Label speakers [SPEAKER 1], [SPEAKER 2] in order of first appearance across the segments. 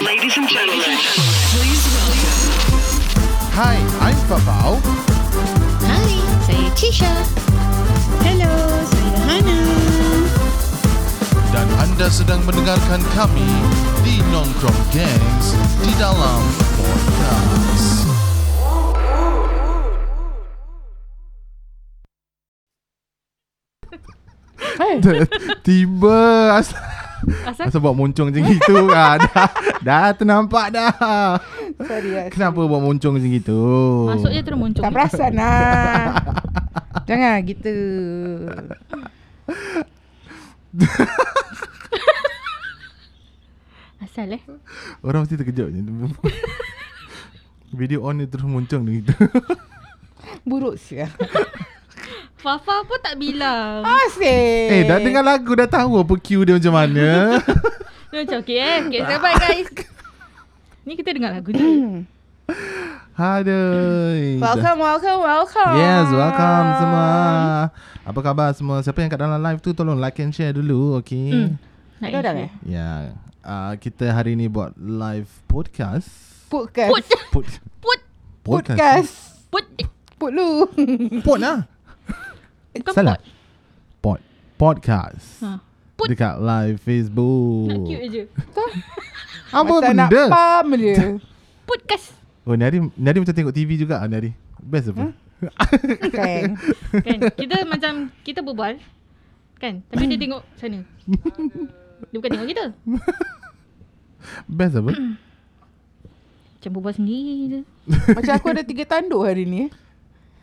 [SPEAKER 1] Ladies and gentlemen,
[SPEAKER 2] Hi, I'm Fabau.
[SPEAKER 3] Hai, saya Tisha. Hello, saya Hana.
[SPEAKER 2] Dan anda sedang mendengarkan kami di Nongkrong Gangs di dalam podcast.
[SPEAKER 4] Hai.
[SPEAKER 2] Tiba asal,
[SPEAKER 4] Asal
[SPEAKER 2] asal buat moncong macam gitu ah, dah, dah ternampak dah
[SPEAKER 5] Sorry lah
[SPEAKER 2] Kenapa buat moncong macam gitu
[SPEAKER 4] masuk je terus muncul.
[SPEAKER 5] Tak perasan lah Jangan kita
[SPEAKER 4] Asal eh.
[SPEAKER 2] Orang mesti terkejut je Video on dia terus moncong macam gitu
[SPEAKER 5] Buruk sia
[SPEAKER 4] Fafa pun tak bilang.
[SPEAKER 5] Asyik
[SPEAKER 2] Eh dah dengar lagu dah tahu apa cue dia macam mana
[SPEAKER 4] Dia macam okay eh. Okay, sabar guys. Ni kita dengar lagu
[SPEAKER 5] Hmm.
[SPEAKER 4] ni.
[SPEAKER 2] Aduh
[SPEAKER 5] Welcome, welcome, welcome
[SPEAKER 2] Yes, welcome semua. Apa khabar semua? Siapa yang kat dalam live tu tolong like and share dulu, okay? Mm.
[SPEAKER 4] Nak
[SPEAKER 5] Dah dah
[SPEAKER 4] isi.
[SPEAKER 5] eh?
[SPEAKER 2] Ya, yeah. uh, kita hari ni buat live podcast.
[SPEAKER 5] Podcast
[SPEAKER 4] Put.
[SPEAKER 2] Pod,
[SPEAKER 4] Put.
[SPEAKER 2] podcast.
[SPEAKER 5] Podcast
[SPEAKER 4] Put. Eh,
[SPEAKER 5] Put lu
[SPEAKER 2] Pod lah.
[SPEAKER 4] Bukan
[SPEAKER 2] Salah. Pod.
[SPEAKER 4] put.
[SPEAKER 2] Podcast.
[SPEAKER 4] Ha.
[SPEAKER 2] Ha.
[SPEAKER 4] Pod.
[SPEAKER 2] Dekat live Facebook.
[SPEAKER 5] Oh.
[SPEAKER 4] Nak cute je.
[SPEAKER 2] Apa
[SPEAKER 5] Tak nak
[SPEAKER 2] benda?
[SPEAKER 5] pam dia
[SPEAKER 4] Podcast.
[SPEAKER 2] Oh, ni hari, ni hari macam tengok TV juga ah, ni hari. Best apa?
[SPEAKER 5] Kan
[SPEAKER 4] Kan. Kita macam kita berbual. Kan. Tapi dia tengok sana. Dia bukan tengok kita.
[SPEAKER 2] Best apa?
[SPEAKER 4] Macam berbual sendiri je.
[SPEAKER 5] Macam aku ada tiga tanduk hari ni eh.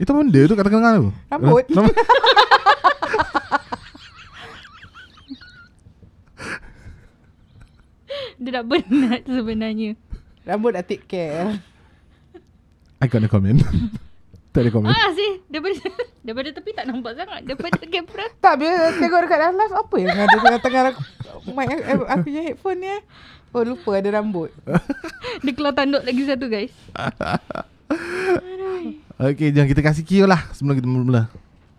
[SPEAKER 2] Itu apa benda tu kat tengah-tengah tu?
[SPEAKER 5] Rambut.
[SPEAKER 2] Rambut.
[SPEAKER 4] Dia dah penat sebenarnya.
[SPEAKER 5] Rambut dah take care
[SPEAKER 2] I got no comment. tak ada
[SPEAKER 5] Hmm.
[SPEAKER 2] komen.
[SPEAKER 4] Ah sih. Daripada, daripada tepi tak nampak sangat. Daripada kamera.
[SPEAKER 5] Tak bila tengok dekat dalam live Apa yang ada tengah-tengah aku, mic aku, aku punya headphone ni eh. Oh lupa ada rambut
[SPEAKER 4] Dia keluar tanduk lagi satu guys.
[SPEAKER 2] Okay, jom kita kasih cue lah sebelum kita bermula.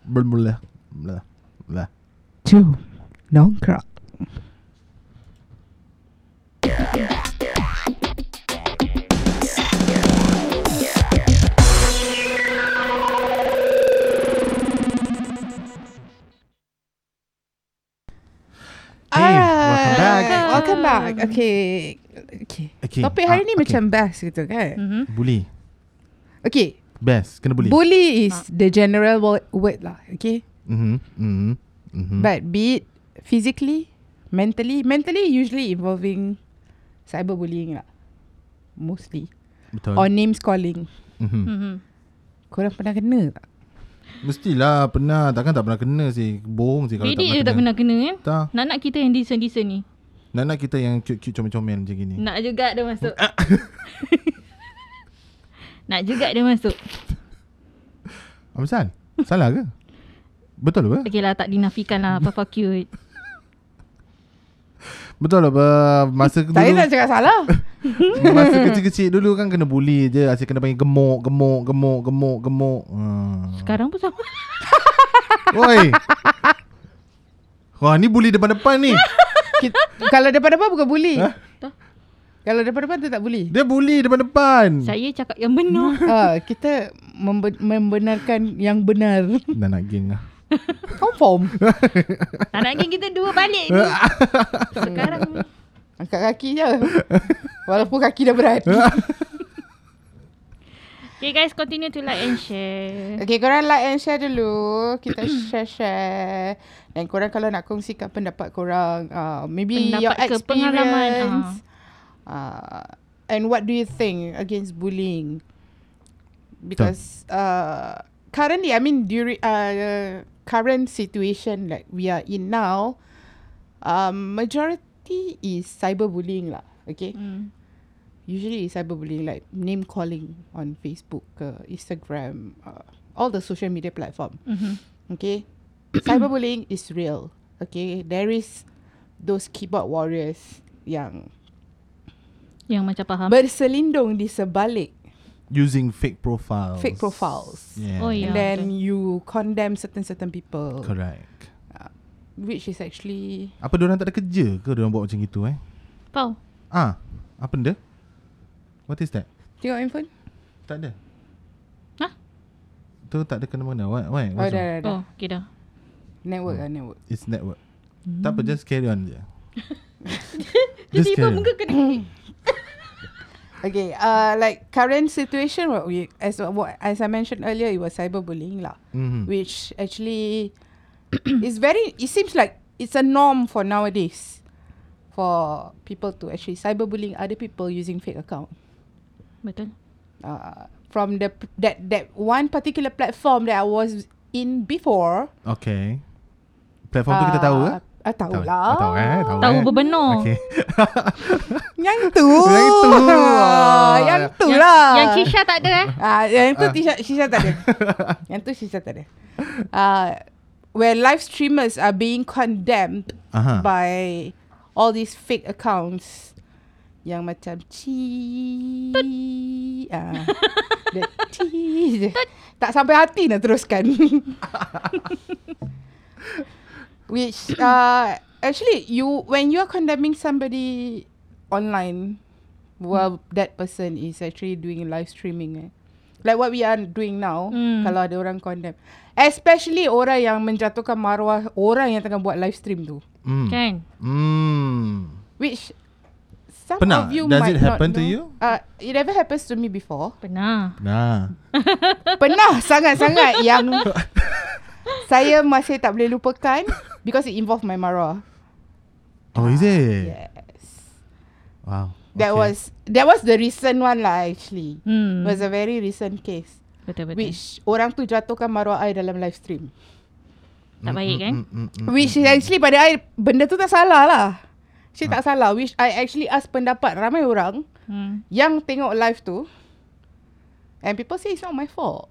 [SPEAKER 2] Bermula. Bermula. Bermula.
[SPEAKER 5] Jom Nongkrong
[SPEAKER 2] Hey, welcome back.
[SPEAKER 5] Welcome back. Okay. Okay.
[SPEAKER 2] Okay.
[SPEAKER 5] okay. Topik hari
[SPEAKER 2] Ah,
[SPEAKER 5] ni
[SPEAKER 2] okay. Hmm.
[SPEAKER 5] macam best gitu kan.
[SPEAKER 4] Mm-hmm.
[SPEAKER 2] Bully.
[SPEAKER 5] Okay.
[SPEAKER 2] Best. Kena bully.
[SPEAKER 5] Bully, is the general wo- word lah. Okay.
[SPEAKER 2] Mhm. Mhm. Mhm.
[SPEAKER 5] But be it physically, mentally, mentally usually involving cyberbullying lah. Mostly.
[SPEAKER 2] Betul.
[SPEAKER 5] Or names calling.
[SPEAKER 2] Mhm.
[SPEAKER 4] Mm-hmm.
[SPEAKER 5] Korang pernah kena tak?
[SPEAKER 2] Mestilah pernah takkan tak pernah kena sih. Bohong sih kalau
[SPEAKER 4] Bedik je
[SPEAKER 2] tak
[SPEAKER 4] tak
[SPEAKER 2] pernah. Hmm.
[SPEAKER 4] pernah kena kan
[SPEAKER 2] Tak.
[SPEAKER 4] Nak-nak kita yang decent-decent ni
[SPEAKER 2] Nak nak kita yang cute-cute comel-comel macam gini.
[SPEAKER 4] Nak juga dia masuk
[SPEAKER 2] Ah,
[SPEAKER 4] Nak juga dia masuk
[SPEAKER 2] Apa sal? Salah ke? Betul apa?
[SPEAKER 4] Okey lah tak dinafikan lah Papa cute
[SPEAKER 2] Hmm. Betul apa? Masa dulu
[SPEAKER 5] Saya nak cakap salah.
[SPEAKER 2] masa kecil-kecil dulu kan kena bully je, asyik kena panggil gemuk, gemuk, gemuk, gemuk, gemuk. Ha.
[SPEAKER 4] Sekarang pun sama
[SPEAKER 2] Oi. Wah, ni bully depan-depan ni.
[SPEAKER 5] Kita, kalau depan-depan bukan bully.
[SPEAKER 2] Hah?
[SPEAKER 4] Tak.
[SPEAKER 5] Kalau depan-depan tu tak bully.
[SPEAKER 2] Dia bully depan-depan.
[SPEAKER 4] Saya cakap yang benar
[SPEAKER 5] Ah, kita membe- membenarkan yang benar.
[SPEAKER 2] Dah nak geng lah.
[SPEAKER 5] Confirm.
[SPEAKER 4] Tak nak geng kita dua balik ni Sekarang ni.
[SPEAKER 5] Angkat kaki je. Walaupun kaki dah berat.
[SPEAKER 4] Okay guys continue to like and share
[SPEAKER 2] Eh.
[SPEAKER 5] Okay, korang like and share dulu. Kita share-share. Dan korang kalau nak kongsikan pendapat korang. Uh, maybe
[SPEAKER 4] Pendapat
[SPEAKER 5] your
[SPEAKER 4] ke
[SPEAKER 5] experience.
[SPEAKER 4] pengalaman, ah.
[SPEAKER 5] Uh, and what do you think against bullying? Because uh, currently, I mean, during uh, current situation like we are in now, um, majority is cyberbullying lah. Okay?
[SPEAKER 4] Hmm.
[SPEAKER 5] usually it's cyberbullying like name calling on Facebook, uh, Instagram, uh, all the social media platform.
[SPEAKER 4] Mhm.
[SPEAKER 5] Okay, cyberbullying is real. Okay, there is those keyboard warriors yang
[SPEAKER 4] Yang macam faham
[SPEAKER 5] berselindung di sebalik
[SPEAKER 2] Using fake profiles.
[SPEAKER 5] fake profiles.
[SPEAKER 2] Yeah.
[SPEAKER 4] Oh, yeah.
[SPEAKER 5] And then you condemn certain certain people,
[SPEAKER 2] Correct.
[SPEAKER 5] which is actually
[SPEAKER 2] Apa diorang tak ada kerja ke diorang buat macam gitu eh?
[SPEAKER 4] Pau
[SPEAKER 2] Ah, Apa benda? What is that?
[SPEAKER 5] Tengok handphone.
[SPEAKER 2] Tak ada.
[SPEAKER 4] Hah?
[SPEAKER 2] Tu tak ada kena mengena. Why? Why?
[SPEAKER 5] Oh,
[SPEAKER 2] What's
[SPEAKER 5] dah,
[SPEAKER 2] wrong?
[SPEAKER 5] dah, dah.
[SPEAKER 4] Oh, okay dah.
[SPEAKER 5] Network lah, network.
[SPEAKER 2] It's network. Tak apa, just carry on je. Just
[SPEAKER 4] Tiba-tiba
[SPEAKER 2] carry on.
[SPEAKER 4] muka kena
[SPEAKER 5] Okay, uh, like current situation, what we as what as I mentioned earlier, it was cyberbullying lah,
[SPEAKER 2] Mhm.
[SPEAKER 5] which actually is very. It seems like it's a norm for nowadays, for people to actually cyberbullying other people using fake account.
[SPEAKER 4] Betul.
[SPEAKER 5] Uh, from the p- that that one particular platform that I was in before.
[SPEAKER 2] Okay. Platform tu kita tahu ke?
[SPEAKER 5] Ah, tahu
[SPEAKER 2] Tahu.
[SPEAKER 5] lah.
[SPEAKER 2] Ah, tahu, eh? Tahu,
[SPEAKER 4] Tahu
[SPEAKER 2] eh?
[SPEAKER 4] berbenar.
[SPEAKER 2] Okay.
[SPEAKER 5] Yang tu.
[SPEAKER 2] Yang tu.
[SPEAKER 5] Ah, yang tu
[SPEAKER 4] Yang,
[SPEAKER 5] lah.
[SPEAKER 4] yang Cisha tak ada eh.
[SPEAKER 5] Ah, yang tu Tisha, Shisha tak ada. yang tu Shisha tak ada. Uh, where live streamers are being condemned
[SPEAKER 2] Aha.
[SPEAKER 5] by all these fake accounts yang macam ci ah the ci je. tak sampai hati nak teruskan which uh actually you when you are condemning somebody online well that person is actually doing live streaming eh. like what we are doing now
[SPEAKER 4] Hmm.
[SPEAKER 5] kalau ada orang condemn especially orang yang menjatuhkan maruah orang yang tengah buat live stream tu
[SPEAKER 2] Mm.
[SPEAKER 4] Kan?
[SPEAKER 2] Mm.
[SPEAKER 5] Which some
[SPEAKER 2] Pernah?
[SPEAKER 5] of you
[SPEAKER 2] Does it
[SPEAKER 5] might
[SPEAKER 2] happen
[SPEAKER 5] not
[SPEAKER 2] to
[SPEAKER 5] know.
[SPEAKER 2] you?
[SPEAKER 5] Uh, it never happens to me before.
[SPEAKER 4] Pernah.
[SPEAKER 2] Nah.
[SPEAKER 5] Pernah sangat-sangat yang saya masih tak boleh lupakan because it involved my marah.
[SPEAKER 2] Oh, is it?
[SPEAKER 5] Ah, Yes.
[SPEAKER 2] Wow.
[SPEAKER 5] That
[SPEAKER 2] okay.
[SPEAKER 5] was that was the recent one lah actually.
[SPEAKER 4] Hmm.
[SPEAKER 5] It was a very recent case
[SPEAKER 4] Betul betul.
[SPEAKER 5] which orang tu jatuhkan maruah I dalam live stream.
[SPEAKER 4] tak baik kan?
[SPEAKER 2] mm, mm.
[SPEAKER 5] Which is actually pada I benda tu tak salah lah. She
[SPEAKER 2] Ah.
[SPEAKER 5] tak salah which I actually ask pendapat ramai orang
[SPEAKER 4] Hmm.
[SPEAKER 5] yang tengok live tu and people say it's not my fault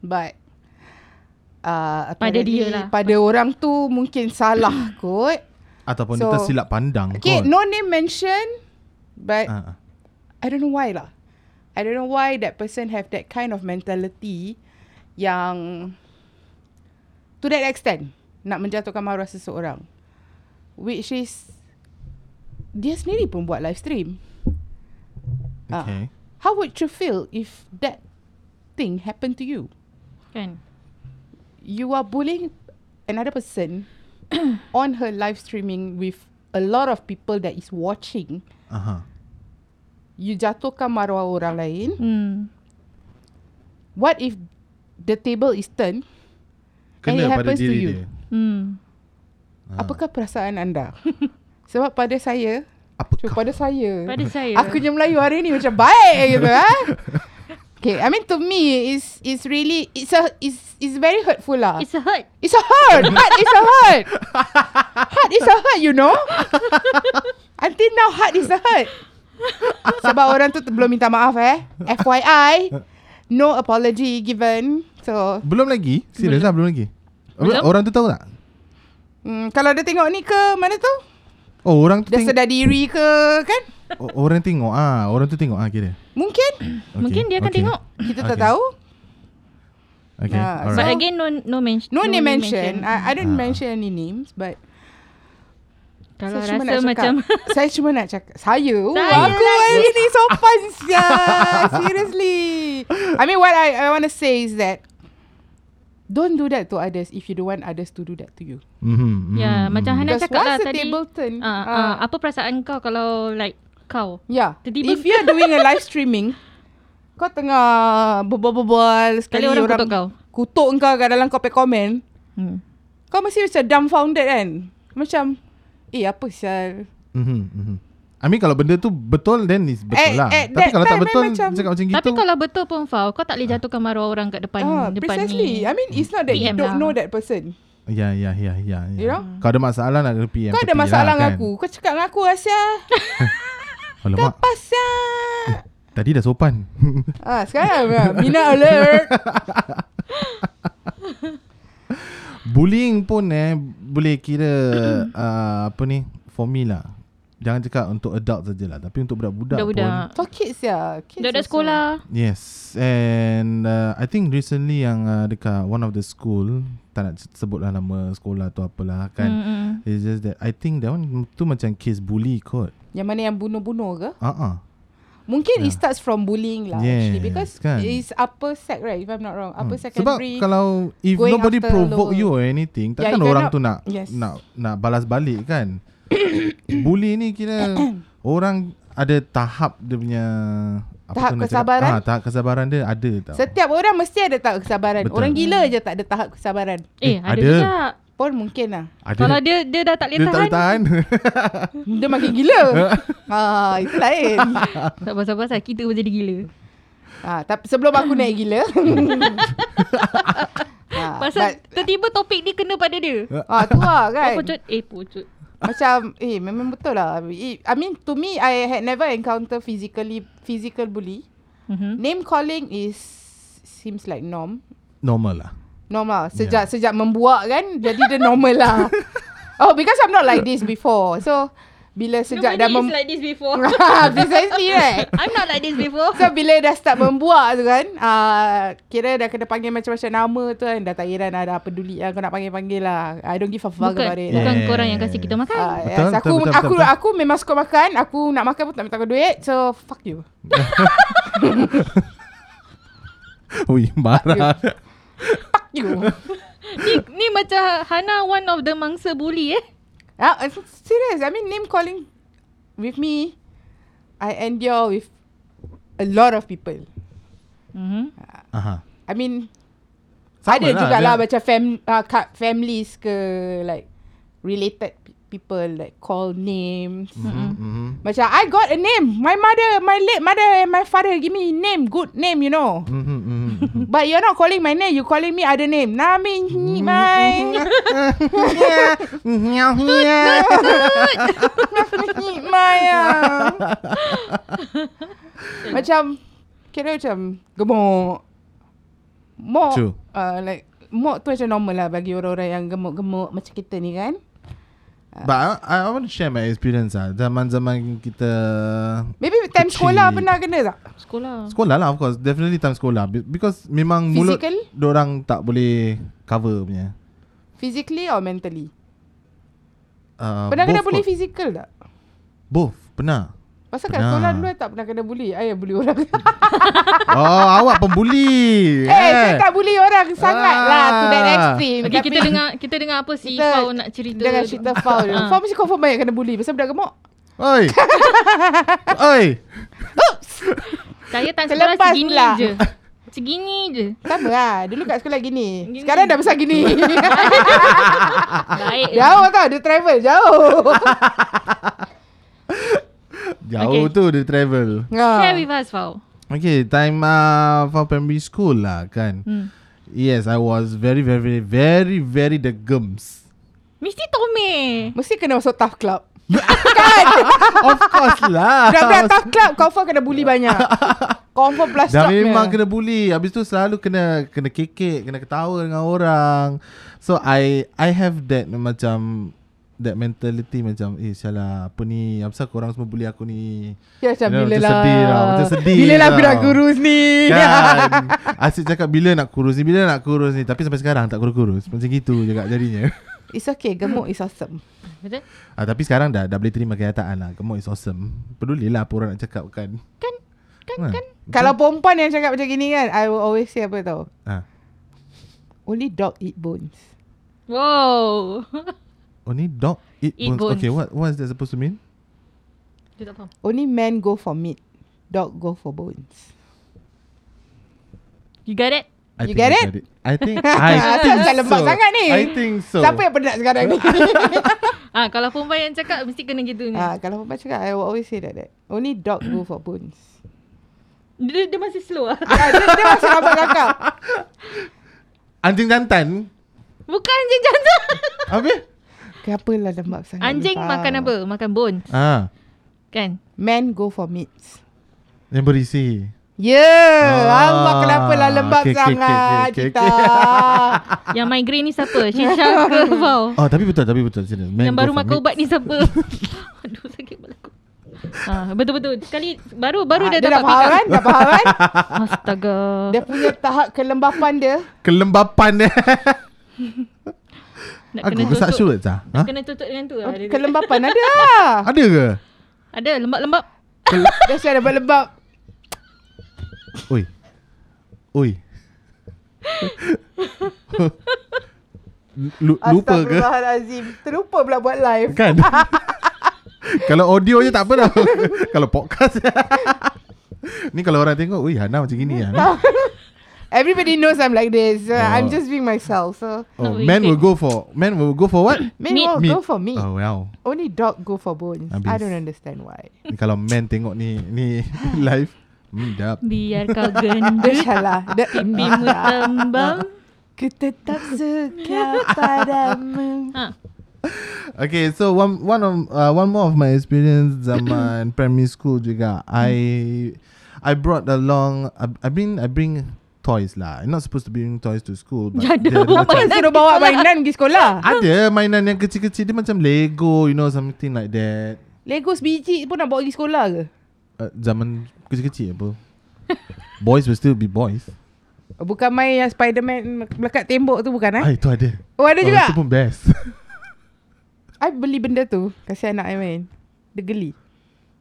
[SPEAKER 5] but uh,
[SPEAKER 4] Pada dia
[SPEAKER 5] apparently
[SPEAKER 4] lah.
[SPEAKER 5] pada orang tu mungkin salah kot
[SPEAKER 2] Ataupun
[SPEAKER 5] So-
[SPEAKER 2] so, tersilap pandang
[SPEAKER 5] okay
[SPEAKER 2] kot.
[SPEAKER 5] no name mention but uh.
[SPEAKER 2] Ah, ah.
[SPEAKER 5] I don't know why lah I don't know why that person have that kind of mentality yang to that extent nak menjatuhkan maruah seseorang which is dia sendiri pun buat live stream Ah.
[SPEAKER 2] Okay.
[SPEAKER 5] How would you feel if that thing happened to you?
[SPEAKER 4] Kan?
[SPEAKER 5] You are bullying another person on her live streaming with a lot of people that is watching.
[SPEAKER 2] Aha.
[SPEAKER 5] You jatuhkan maruah orang lain.
[SPEAKER 4] Hmm.
[SPEAKER 5] What if the table is turned?
[SPEAKER 2] Kena
[SPEAKER 5] it
[SPEAKER 2] pada
[SPEAKER 5] happens to
[SPEAKER 2] diri
[SPEAKER 5] you.
[SPEAKER 2] dia.
[SPEAKER 4] Hmm.
[SPEAKER 2] Ah.
[SPEAKER 5] Apakah perasaan anda? Sebab pada saya,
[SPEAKER 2] Apakah?
[SPEAKER 5] Cuma pada saya.
[SPEAKER 4] Pada saya.
[SPEAKER 5] Aku je Melayu hari ni macam baik gitu ha. Okay, I mean to me is is really it's a is is very hurtful lah.
[SPEAKER 4] It's a hurt.
[SPEAKER 5] It's a hurt. Heart is a hurt. Heart is a hurt, you know. Until now, heart is a hurt. Sebab orang tu belum minta maaf eh. FYI, no apology given. So,
[SPEAKER 2] Belum lagi? Serius lah belum lagi?
[SPEAKER 4] Belum.
[SPEAKER 2] Orang tu tahu tak?
[SPEAKER 5] mm, kalau dia tengok ni ke mana tu?
[SPEAKER 2] Oh orang tu
[SPEAKER 5] Dah
[SPEAKER 2] tengok
[SPEAKER 5] sedar diri ke kan?
[SPEAKER 2] oh, Orang tengok ah Orang tu tengok ah kira
[SPEAKER 5] Mungkin.
[SPEAKER 2] okay.
[SPEAKER 4] Mungkin dia akan
[SPEAKER 2] okay.
[SPEAKER 4] tengok.
[SPEAKER 5] Kita tak
[SPEAKER 2] Okay.
[SPEAKER 5] tahu.
[SPEAKER 2] Okay
[SPEAKER 5] Ah,
[SPEAKER 2] alright
[SPEAKER 4] But
[SPEAKER 5] So-
[SPEAKER 4] again no no mention. Hmm.
[SPEAKER 5] No, name mention. I, I don't
[SPEAKER 2] Ah.
[SPEAKER 5] mention any names but
[SPEAKER 4] Kalau
[SPEAKER 5] saya cuma
[SPEAKER 4] rasa
[SPEAKER 5] nak
[SPEAKER 4] macam
[SPEAKER 5] cakap, Saya cuma nak cakap Saya, saya
[SPEAKER 4] Saya
[SPEAKER 5] Aku hari ni sopan sia Seriously I mean what I, I want to say is that Don't do that to others If you don't want others to do that to you
[SPEAKER 2] mm-hmm,
[SPEAKER 4] Ya, macam Hana
[SPEAKER 5] Hmm. Because
[SPEAKER 4] cakap lah
[SPEAKER 5] once the
[SPEAKER 4] tadi.
[SPEAKER 5] table turn
[SPEAKER 4] ah, ah, apa perasaan kau kalau like kau?
[SPEAKER 5] Yeah
[SPEAKER 4] Tiba-tiba-
[SPEAKER 5] If you're doing a live streaming Kau tengah berbual-bual Sekali
[SPEAKER 4] Sekali orang kutuk kau.
[SPEAKER 5] Kutuk kau kat dalam kopi komen
[SPEAKER 4] Hmm.
[SPEAKER 5] Kau mesti macam dumbfounded kan Macam Eh apa sial
[SPEAKER 2] mm-hmm, mm-hmm. I mean kalau benda tu betul Then it's betul
[SPEAKER 5] At-
[SPEAKER 2] lah Tapi
[SPEAKER 5] at Eh, that
[SPEAKER 2] kalau tak
[SPEAKER 5] time,
[SPEAKER 2] betul
[SPEAKER 5] I macam-
[SPEAKER 2] Cakap macam gitu
[SPEAKER 4] Tapi kalau betul pun Fau, kau tak boleh jatuhkan maruah orang kat depan
[SPEAKER 5] Ah,
[SPEAKER 4] depan ni.
[SPEAKER 5] precisely. I mean, it's not that you
[SPEAKER 4] PM lah.
[SPEAKER 5] don't know that person.
[SPEAKER 2] Ya ya ya ya
[SPEAKER 5] You know?
[SPEAKER 2] Kau ada masalah nak kena PM
[SPEAKER 5] Kau ada
[SPEAKER 2] tepi
[SPEAKER 5] masalah
[SPEAKER 2] lah,
[SPEAKER 5] dengan aku. Kau cakap dengan aku Asia.
[SPEAKER 2] Alamak
[SPEAKER 5] Apa Asia?
[SPEAKER 2] Tadi dah sopan
[SPEAKER 5] ah, sekarang ah, Mina alert.
[SPEAKER 2] Bullying pun eh Boleh kira uh, Apa ni For me lah Jangan cakap untuk adult sajalah Tapi untuk budak-budak
[SPEAKER 4] Budak-budak.
[SPEAKER 2] pun
[SPEAKER 5] For kids ya. Kids
[SPEAKER 4] Budak-budak
[SPEAKER 5] also.
[SPEAKER 4] sekolah.
[SPEAKER 2] Yes And uh, I think recently yang uh, Dekat one of the school Tak nak sebutlah nama sekolah tu apalah kan
[SPEAKER 4] Mm-mm.
[SPEAKER 2] mm. It's just that I think that one Tu macam case bully kot
[SPEAKER 5] Yang mana yang bunuh-bunuh ke?
[SPEAKER 2] Uh-uh.
[SPEAKER 5] Mungkin it
[SPEAKER 2] Yeah.
[SPEAKER 5] starts from bullying lah
[SPEAKER 2] Ya. Yes,
[SPEAKER 5] actually because
[SPEAKER 2] kan.
[SPEAKER 5] it's upper sec right if I'm not wrong. Upper
[SPEAKER 2] Hmm. Sebab
[SPEAKER 5] secondary.
[SPEAKER 2] kalau If
[SPEAKER 5] going
[SPEAKER 2] nobody
[SPEAKER 5] after
[SPEAKER 2] provoke
[SPEAKER 5] lower.
[SPEAKER 2] you or anything
[SPEAKER 5] Yeah,
[SPEAKER 2] Takkan
[SPEAKER 5] you
[SPEAKER 2] orang
[SPEAKER 5] cannot-
[SPEAKER 2] tu nak
[SPEAKER 5] Yes.
[SPEAKER 2] Nak nak balas balik kan Bully ni kira Orang ada tahap dia punya apa
[SPEAKER 5] Tahap
[SPEAKER 2] tu nak cakap?
[SPEAKER 5] kesabaran?
[SPEAKER 2] Ah, tahap kesabaran dia ada tau
[SPEAKER 5] Setiap orang mesti ada tahap kesabaran.
[SPEAKER 2] Betul.
[SPEAKER 5] Betul. Orang gila je tak ada tahap kesabaran.
[SPEAKER 4] Eh,
[SPEAKER 2] Eh,
[SPEAKER 4] ada,
[SPEAKER 2] ada.
[SPEAKER 4] juga.
[SPEAKER 5] Pun mungkin lah.
[SPEAKER 2] ada
[SPEAKER 4] Kalau dia dia dah tak boleh
[SPEAKER 2] dia tak
[SPEAKER 4] tahan.
[SPEAKER 2] boleh tahan
[SPEAKER 5] Dia makin gila. ha, itu lain.
[SPEAKER 4] Tak pasal-pasal kita pun jadi gila.
[SPEAKER 5] Ha, tapi sebelum aku naik gila. ha,
[SPEAKER 4] Pasal tiba-tiba topik ni kena pada dia.
[SPEAKER 5] but, ha, tu lah
[SPEAKER 4] Oh,
[SPEAKER 5] kan.
[SPEAKER 4] pocut. Eh, pocut.
[SPEAKER 5] Macam eh memang betul lah. It- I mean to me I had never encounter physically physical bully.
[SPEAKER 2] Hmm?
[SPEAKER 4] Mm-hmm.
[SPEAKER 5] Name calling is seems like norm.
[SPEAKER 2] Normal lah
[SPEAKER 5] Normal lah. Sejak yeah. sejak membuak kan jadi dia normal lah. oh because I'm not like this before. So bila sejak
[SPEAKER 4] Nobody
[SPEAKER 5] dah mem Ah,
[SPEAKER 4] is like this before.
[SPEAKER 5] precisely right.
[SPEAKER 4] I'm not like this before.
[SPEAKER 5] So bila dah start membuak tu kan uh, Kira dah kena panggil macam-macam nama tu kan Dah tak heran ada apa peduli lah Kau nak panggil-panggil lah I don't give a fuck
[SPEAKER 4] Bukan,
[SPEAKER 5] about it
[SPEAKER 4] bukan
[SPEAKER 2] Yeah.
[SPEAKER 4] korang yang kasih kita makan.
[SPEAKER 2] Betul,
[SPEAKER 5] Ah, yes,
[SPEAKER 2] betul,
[SPEAKER 5] aku
[SPEAKER 2] betul, betul,
[SPEAKER 5] aku
[SPEAKER 2] betul.
[SPEAKER 5] aku memang suka makan. Aku nak makan pun tak minta kau duit. So fuck you.
[SPEAKER 2] Ui
[SPEAKER 5] Ya.
[SPEAKER 2] marah
[SPEAKER 5] Fuck you.
[SPEAKER 4] ni, ni macam Hana one of the mangsa bully eh.
[SPEAKER 5] ah, I'm serious. I mean name calling with me I endure with a lot of people.
[SPEAKER 4] Mm-hmm.
[SPEAKER 2] Aha.
[SPEAKER 5] I mean
[SPEAKER 2] Sama
[SPEAKER 5] ada
[SPEAKER 2] lah,
[SPEAKER 5] jugalah
[SPEAKER 2] dia-
[SPEAKER 5] macam fam, uh, families ke like related pe- people like call names.
[SPEAKER 2] Mhm, mhm.
[SPEAKER 5] Macam I got a name. My mother, my late mother and my father give me name, good name, you know.
[SPEAKER 2] Mhm, mhm, mhm.
[SPEAKER 5] But you're not calling my name. You calling me other name. Nami
[SPEAKER 2] Hmm.
[SPEAKER 5] my
[SPEAKER 2] Hiau, hiau.
[SPEAKER 5] my uh. macam kira macam gemuk. Mok.
[SPEAKER 2] True.
[SPEAKER 5] Uh, like mok tu macam normal lah bagi orang-orang yang gemuk-gemuk macam kita ni kan.
[SPEAKER 2] But I, I I want to share my experience lah Zaman-zaman kita
[SPEAKER 5] Maybe time
[SPEAKER 2] Kecil.
[SPEAKER 5] sekolah pernah kena tak?
[SPEAKER 4] Sekolah.
[SPEAKER 2] Sekolah lah of course Definitely time sekolah Be- Because memang mulut
[SPEAKER 5] Physical?
[SPEAKER 2] Diorang tak boleh cover punya
[SPEAKER 5] Physically or mentally?
[SPEAKER 2] uh,
[SPEAKER 5] Pernah kena
[SPEAKER 2] both
[SPEAKER 5] bully
[SPEAKER 2] kot.
[SPEAKER 5] physical tak?
[SPEAKER 2] Both Pernah
[SPEAKER 5] Pasal kat
[SPEAKER 2] Pernah.
[SPEAKER 5] sekolah dulu I tak pernah kena bully. I yang bully orang.
[SPEAKER 2] Oh awak pembuli
[SPEAKER 5] eh, saya tak bully orang sangat lah to that
[SPEAKER 2] Ah.
[SPEAKER 5] extreme.
[SPEAKER 4] Okay, kita
[SPEAKER 5] Tapi-
[SPEAKER 4] dengar kita dengar apa si
[SPEAKER 5] Kita-
[SPEAKER 4] Fau nak cerita.
[SPEAKER 5] Dengan cerita Fau tu
[SPEAKER 4] Ah.
[SPEAKER 5] Fau mesti confirm banyak kena bully Pasal budak gemuk
[SPEAKER 2] Oi Oi
[SPEAKER 4] Saya tak sekolah
[SPEAKER 5] Terlepas
[SPEAKER 4] segini
[SPEAKER 5] pula.
[SPEAKER 4] je. Segini je.
[SPEAKER 5] Sama lah Dulu kat sekolah gini,
[SPEAKER 4] Gini.
[SPEAKER 5] Sekarang dah besar gini
[SPEAKER 4] Baik.
[SPEAKER 5] Jauh tau Ah, Dia travel jauh
[SPEAKER 2] Jauh
[SPEAKER 4] Okay.
[SPEAKER 2] tu dia travel
[SPEAKER 5] Ha.
[SPEAKER 4] Share with us Fau.
[SPEAKER 2] Okay time uh, For primary school lah kan
[SPEAKER 4] Hmm.
[SPEAKER 2] Yes I was very very very Very very degums
[SPEAKER 4] Mesti Tome.
[SPEAKER 5] Mesti kena masuk tough club
[SPEAKER 2] Of course lah
[SPEAKER 5] Budak-budak tough club Confirm kena bully banyak Confirm plus
[SPEAKER 2] Dah
[SPEAKER 5] top
[SPEAKER 2] memang kena bully Habis tu selalu kena Kena kekek Kena ketawa dengan orang So I I have that macam That mentality macam Eh sialah Apa ni Apa korang semua bully aku ni
[SPEAKER 5] Ya macam
[SPEAKER 2] You know,
[SPEAKER 5] bila
[SPEAKER 2] macam
[SPEAKER 5] lah
[SPEAKER 2] sedih lah, macam sedih
[SPEAKER 5] Bila lah
[SPEAKER 2] tau.
[SPEAKER 5] budak kurus ni
[SPEAKER 2] Kan Asyik cakap bila nak kurus ni Bila nak kurus ni Tapi sampai sekarang tak kurus-kurus Macam gitu cakap jadinya
[SPEAKER 5] It's okay Gemuk is awesome
[SPEAKER 4] Betul?
[SPEAKER 2] ah, Tapi sekarang dah Dah boleh terima kenyataan lah Gemuk is awesome Pedulilah apa orang nak cakap kan
[SPEAKER 4] Kan? Kan?
[SPEAKER 2] Ah.
[SPEAKER 4] Kan?
[SPEAKER 5] Kalau perempuan yang cakap macam gini kan I will always say apa tau
[SPEAKER 2] ah.
[SPEAKER 5] Only dog eat bones
[SPEAKER 4] Wow.
[SPEAKER 2] Only Oh, dog eat,
[SPEAKER 4] Eat
[SPEAKER 2] bones.
[SPEAKER 4] bones.
[SPEAKER 2] Okay what, what is that supposed to mean?
[SPEAKER 4] Dia tak faham.
[SPEAKER 5] Only men go for meat Dog go for bones
[SPEAKER 4] You got it?
[SPEAKER 2] I
[SPEAKER 5] You
[SPEAKER 2] think
[SPEAKER 5] get
[SPEAKER 2] I
[SPEAKER 5] it?
[SPEAKER 2] got I think I
[SPEAKER 5] Asal
[SPEAKER 2] think
[SPEAKER 5] tak lembab
[SPEAKER 2] so.
[SPEAKER 5] sangat ni?
[SPEAKER 2] I think so.
[SPEAKER 5] Siapa yang penat sekarang ni
[SPEAKER 4] Ah, kalau perempuan yang cakap mesti kena gitu ni.
[SPEAKER 5] Ah, kalau perempuan cakap, I will always say that. that. Only dog go for bones.
[SPEAKER 4] Dia, dia masih slow ah.
[SPEAKER 5] ah, dia, dia masih abang kakak.
[SPEAKER 2] Anjing jantan.
[SPEAKER 4] Bukan anjing jantan.
[SPEAKER 2] Apa?
[SPEAKER 5] Kenapa lah lembab sangat?
[SPEAKER 4] Anjing
[SPEAKER 5] lembab?
[SPEAKER 4] makan apa? Makan bone.
[SPEAKER 2] ah,
[SPEAKER 4] Kan?
[SPEAKER 5] Men go for meats.
[SPEAKER 2] yang berisi.
[SPEAKER 5] Ya, yeah,
[SPEAKER 2] Ah,
[SPEAKER 5] Allah kenapa lah lembab
[SPEAKER 2] okay, okay, okay,
[SPEAKER 5] sangat
[SPEAKER 2] okay,
[SPEAKER 5] kita.
[SPEAKER 2] okay.
[SPEAKER 4] Yang migraine ni siapa? Shisha ke Fau?
[SPEAKER 2] Oh, tapi betul, tapi betul. Serius. Man
[SPEAKER 4] Yang baru
[SPEAKER 2] go for
[SPEAKER 4] makan
[SPEAKER 2] meat.
[SPEAKER 4] ubat ni siapa? Aduh sakit pula. Ah, betul-betul. Sekali baru baru
[SPEAKER 5] Ah,
[SPEAKER 4] dia,
[SPEAKER 5] dia
[SPEAKER 4] dapat
[SPEAKER 5] dah
[SPEAKER 4] pick
[SPEAKER 5] faham
[SPEAKER 4] up.
[SPEAKER 5] kan? Dah faham kan?
[SPEAKER 4] Astaga.
[SPEAKER 5] Dia punya tahap kelembapan dia.
[SPEAKER 2] Kelembapan eh.
[SPEAKER 4] Nak
[SPEAKER 2] Aku gesak
[SPEAKER 4] tutup.
[SPEAKER 2] syurut sah. Ha?
[SPEAKER 4] Nak Kena tutup dengan tu
[SPEAKER 5] Ah,
[SPEAKER 4] lah. dia-
[SPEAKER 5] Kelembapan ada lah.
[SPEAKER 2] Ada ke?
[SPEAKER 4] Ada lembab-lembab.
[SPEAKER 5] Dia sudah dapat lembab.
[SPEAKER 2] Oi. Oi. Lu- Lupa ke?
[SPEAKER 5] Astagfirullahalazim. Terlupa pula buat live.
[SPEAKER 2] Kan? kalau audio je tak apa dah. kalau podcast. Ni kalau orang tengok, ui Hana macam gini lah.
[SPEAKER 5] Everybody knows I'm like this. Uh, I'm
[SPEAKER 2] Oh.
[SPEAKER 5] just being myself. So
[SPEAKER 2] Oh, men will go for men will go for what?
[SPEAKER 5] men
[SPEAKER 4] Meat.
[SPEAKER 5] will go for me.
[SPEAKER 2] Oh wow.
[SPEAKER 5] Only dog go for bones. I
[SPEAKER 2] Habis.
[SPEAKER 5] don't understand why.
[SPEAKER 2] Ni kalau men tengok ni ni live midap.
[SPEAKER 4] Biar kau genda.
[SPEAKER 5] Dahsyalah.
[SPEAKER 4] Bimu
[SPEAKER 2] Ah.
[SPEAKER 4] tembang.
[SPEAKER 5] Ku tetap suka padamu.
[SPEAKER 4] Ha.
[SPEAKER 2] Okay, so one one of uh, one more of my experience zaman primary school juga. I I brought along I, I bring I bring toys lah. I'm not supposed to bring toys to school, but
[SPEAKER 4] Ya, ada
[SPEAKER 2] dia ada
[SPEAKER 4] orang
[SPEAKER 5] Kau
[SPEAKER 2] macam-
[SPEAKER 5] yang suruh bawa
[SPEAKER 4] lah.
[SPEAKER 5] mainan pergi sekolah.
[SPEAKER 2] ada mainan yang kecil-kecil dia macam Lego, you know something like that.
[SPEAKER 5] Lego sebiji pun nak bawa pergi sekolah ke?
[SPEAKER 2] Uh, zaman kecil-kecil apa. boys will still be boys.
[SPEAKER 5] Bukan main yang Spiderman melekat tembok tu bukan eh?
[SPEAKER 2] Ah, itu ada.
[SPEAKER 5] Oh ada
[SPEAKER 2] Oh,
[SPEAKER 5] juga.
[SPEAKER 2] Itu pun best.
[SPEAKER 5] I beli benda tu Kasih anak I main Dia geli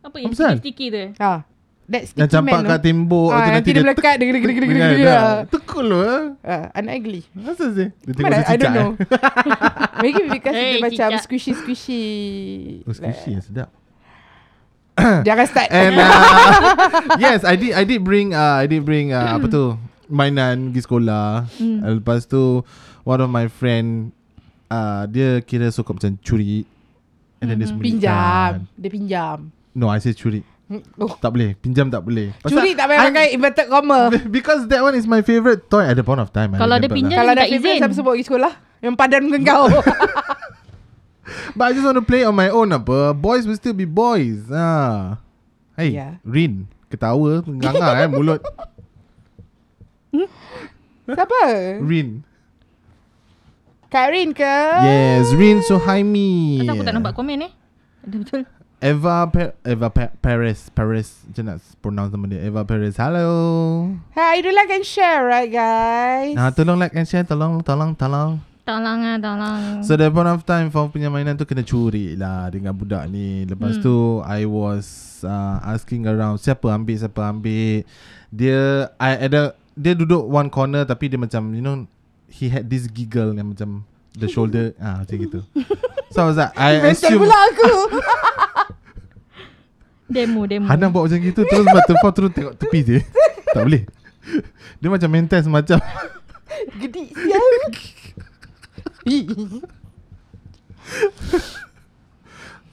[SPEAKER 4] Apa yang
[SPEAKER 2] Apa pasal?
[SPEAKER 4] sticky tu? eh?
[SPEAKER 5] ha. That sticky
[SPEAKER 2] yang campak
[SPEAKER 5] man
[SPEAKER 2] kat tembok
[SPEAKER 5] Ah, nanti dia melekat, dia gede, gede, gede, gede, gede.
[SPEAKER 2] Itu cool lah.
[SPEAKER 5] uh, Anak I geli
[SPEAKER 2] Masa sih? Dia tengok
[SPEAKER 5] Mana,
[SPEAKER 2] dia
[SPEAKER 5] I don't
[SPEAKER 2] cicak eh.
[SPEAKER 5] know Maybe because
[SPEAKER 4] Hey,
[SPEAKER 5] hey, dia macam
[SPEAKER 4] cicak.
[SPEAKER 5] squishy-squishy
[SPEAKER 2] Oh, squishy yang sedap.
[SPEAKER 5] Jangan start
[SPEAKER 2] ha. And uh, yes, I did I did bring uh, I did bring uh, apa tu mainan pergi sekolah.
[SPEAKER 5] Hmm.
[SPEAKER 2] Mm. Lepas tu one of my friend uh, dia kira sokong macam curi. And then dia sembunyikan.
[SPEAKER 5] Hmm. Pinjam Dia pinjam
[SPEAKER 2] No, I say curi.
[SPEAKER 5] Hmm, oh.
[SPEAKER 2] Tak boleh. Pinjam tak boleh.
[SPEAKER 5] Curi tak payah
[SPEAKER 2] I'm-
[SPEAKER 5] pakai inverted comma
[SPEAKER 2] Because that one is my favourite toy at the point of time. I lah.
[SPEAKER 4] Kalau dia
[SPEAKER 2] remember
[SPEAKER 4] pinjam-
[SPEAKER 5] Kalau
[SPEAKER 4] minta
[SPEAKER 5] dah favorite
[SPEAKER 4] izin.
[SPEAKER 5] Siapa sebut pergi sekolah Yang padan dengan kau
[SPEAKER 2] Lah. But I just want to play on my own apa. Boys will still be boys. Ah. Hey,
[SPEAKER 5] Yeah.
[SPEAKER 2] Rin. Ketawa. Nganga eh mulut.
[SPEAKER 5] Siapa?
[SPEAKER 2] Rin.
[SPEAKER 5] Karin ke?
[SPEAKER 2] Yes, Rin Suhaimi.
[SPEAKER 4] Asal aku tak nampak komen eh. Ada betul.
[SPEAKER 2] Eva per- Eva per- Paris Paris Macam nak pronounce nama dia Eva Paris Hello
[SPEAKER 5] Hi, do like and share right guys
[SPEAKER 2] Nah tolong like and share Tolong tolong tolong
[SPEAKER 4] Tolong ah, tolong.
[SPEAKER 2] So the point of time For punya mainan tu Kena curi lah Dengan budak ni Lepas hmm. tu I was uh, Asking around Siapa ambil Siapa ambil Dia I ada Dia duduk one corner Tapi dia macam You know He had this giggle Yang macam The shoulder ah Macam gitu So I was like I
[SPEAKER 5] Mental
[SPEAKER 2] assume
[SPEAKER 5] pula aku
[SPEAKER 4] Demo, demo.
[SPEAKER 2] Hana buat macam gitu Terus mata kau terus tengok tepi je Tak boleh Dia macam mental macam
[SPEAKER 5] Gedik sial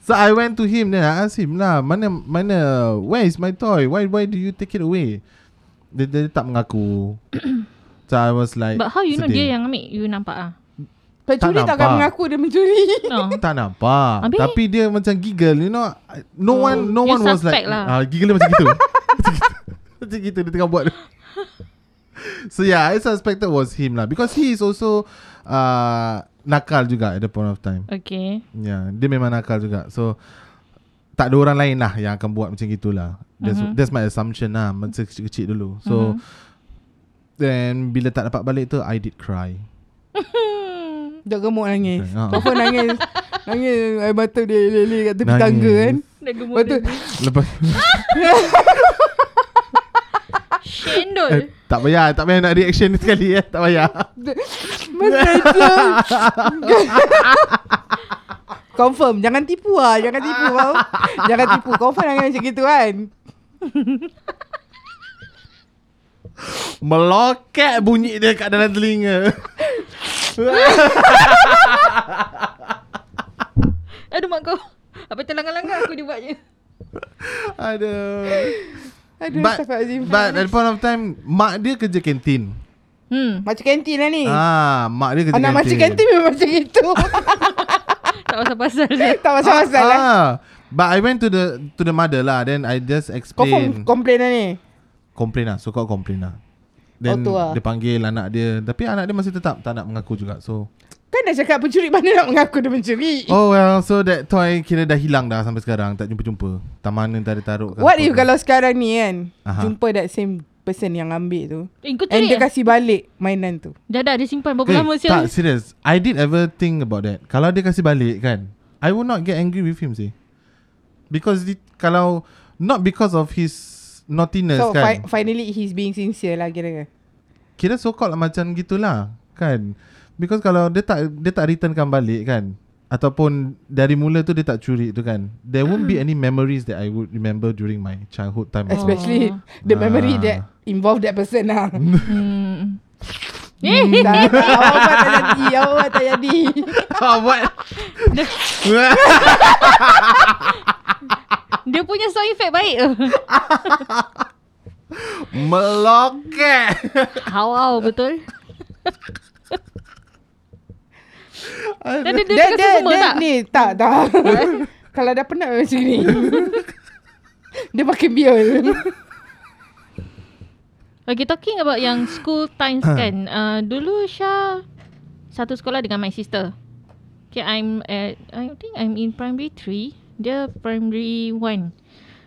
[SPEAKER 2] So I went to him Then I asked him lah Mana mana Where is my toy Why why do you take it away Dia, dia tak mengaku So I was like
[SPEAKER 4] But how you know
[SPEAKER 2] sedih.
[SPEAKER 4] dia yang ambil? You nampak ah.
[SPEAKER 5] Pencuri
[SPEAKER 2] Tak
[SPEAKER 5] tak
[SPEAKER 2] nampak.
[SPEAKER 5] akan mengaku dia mencuri
[SPEAKER 4] No.
[SPEAKER 2] Tak nampak
[SPEAKER 4] Habis?
[SPEAKER 2] Habis? Tapi dia macam giggle You know I- No one No
[SPEAKER 4] You
[SPEAKER 2] one was like
[SPEAKER 4] suspect lah.
[SPEAKER 2] ah, Giggle dia macam gitu Macam gitu. Macam gitu Dia tengah buat tu. So yeah I suspected was him lah Because he is also uh, Nakal juga At the point of time
[SPEAKER 4] Okay.
[SPEAKER 2] Ya, yeah, dia memang nakal juga. So tak ada orang lain lah yang akan buat macam gitulah. That's mm-hmm.
[SPEAKER 5] Mhm.
[SPEAKER 2] that's my assumption lah masa kecil-kecil dulu. So mm-hmm. then bila tak dapat balik tu I did cry.
[SPEAKER 5] Dok gemuk nangis
[SPEAKER 2] Ha.
[SPEAKER 5] Papa nangis Nangis air mata dia lele kat tepi
[SPEAKER 2] Nangis.
[SPEAKER 5] tangga kan
[SPEAKER 4] Dah gemuk
[SPEAKER 5] Lepas tu
[SPEAKER 4] dia.
[SPEAKER 2] Lepas
[SPEAKER 4] Shendol.
[SPEAKER 2] eh, tak payah, tak payah nak reaction ni sekali eh. Tak payah.
[SPEAKER 5] Mas Najul Confirm Jangan tipu lah Jangan tipu kau Jangan tipu Confirm nangis macam gitu kan
[SPEAKER 2] Meloket bunyi dia kat dalam telinga.
[SPEAKER 4] Aduh mak kau. Apa terlanggar-langgar aku dia buat je.
[SPEAKER 2] Aduh.
[SPEAKER 5] Aduh
[SPEAKER 2] But,
[SPEAKER 5] Astaghfirullahaladzim
[SPEAKER 2] but at the point of time Mak dia kerja kantin
[SPEAKER 4] Hmm.
[SPEAKER 5] Macam kantin lah ni
[SPEAKER 2] Ah, Mak dia kerja
[SPEAKER 5] Anak
[SPEAKER 2] kantin
[SPEAKER 5] macam kantin memang macam gitu
[SPEAKER 4] Tak pasal-pasal. je.
[SPEAKER 5] Tak pasal-pasal lah
[SPEAKER 2] ah, But I went to the To the mother lah Then I just explain
[SPEAKER 5] Confirm komplain lah ni
[SPEAKER 2] Complain lah So kau complain lah Then
[SPEAKER 5] Oh, tu lah.
[SPEAKER 2] dia panggil anak dia Tapi anak dia masih tetap Tak nak mengaku juga So
[SPEAKER 5] Kan dah cakap pencuri mana nak mengaku dia mencuri.
[SPEAKER 2] Oh well So that toy Kira dah hilang dah Sampai sekarang Tak jumpa-jumpa Tak mana tak ada taruh ke
[SPEAKER 5] What
[SPEAKER 2] apa
[SPEAKER 5] if
[SPEAKER 2] ke.
[SPEAKER 5] kalau sekarang ni kan
[SPEAKER 2] Aha.
[SPEAKER 5] Jumpa that same person yang ambil tu
[SPEAKER 4] Eh, kau
[SPEAKER 5] And
[SPEAKER 4] curi
[SPEAKER 5] dia
[SPEAKER 4] eh?
[SPEAKER 5] kasih balik mainan tu
[SPEAKER 4] Dah dah dia simpan berapa
[SPEAKER 2] Eh,
[SPEAKER 4] lama
[SPEAKER 2] Tak
[SPEAKER 4] sial.
[SPEAKER 2] serious I did ever think about that Kalau dia kasih balik kan I would not get angry with him sih Because di, Kalau Not because of his Naughtiness
[SPEAKER 5] So
[SPEAKER 2] kan Ah.
[SPEAKER 5] fi- finally he's being sincere lah kira
[SPEAKER 2] Kira so called lah macam gitulah Kan Because kalau dia tak Dia tak returnkan balik kan Ataupun Dari mula tu dia tak curi tu kan There won't
[SPEAKER 4] Mm.
[SPEAKER 2] be any memories That I would remember During my childhood time
[SPEAKER 5] Especially the memory
[SPEAKER 2] Ah.
[SPEAKER 5] that involve that person lah
[SPEAKER 4] Hmm. Eh,
[SPEAKER 5] Tak, tak, awak tak jadi Awak tak jadi
[SPEAKER 2] oh, What
[SPEAKER 4] dia punya sound effect baik.
[SPEAKER 2] Meloket
[SPEAKER 4] Hawau betul. Dan dia, dia,
[SPEAKER 5] Dia,
[SPEAKER 4] kasih
[SPEAKER 5] dia,
[SPEAKER 4] semua
[SPEAKER 5] dia
[SPEAKER 4] tak?
[SPEAKER 5] ni Tak, tak Kalau dah penat macam ni Dia pakai biol
[SPEAKER 4] Okay, talking about yang school times kan. Uh, dulu Syah satu sekolah dengan my sister. Okay, I'm at, I think I'm in primary 3. Dia primary 1.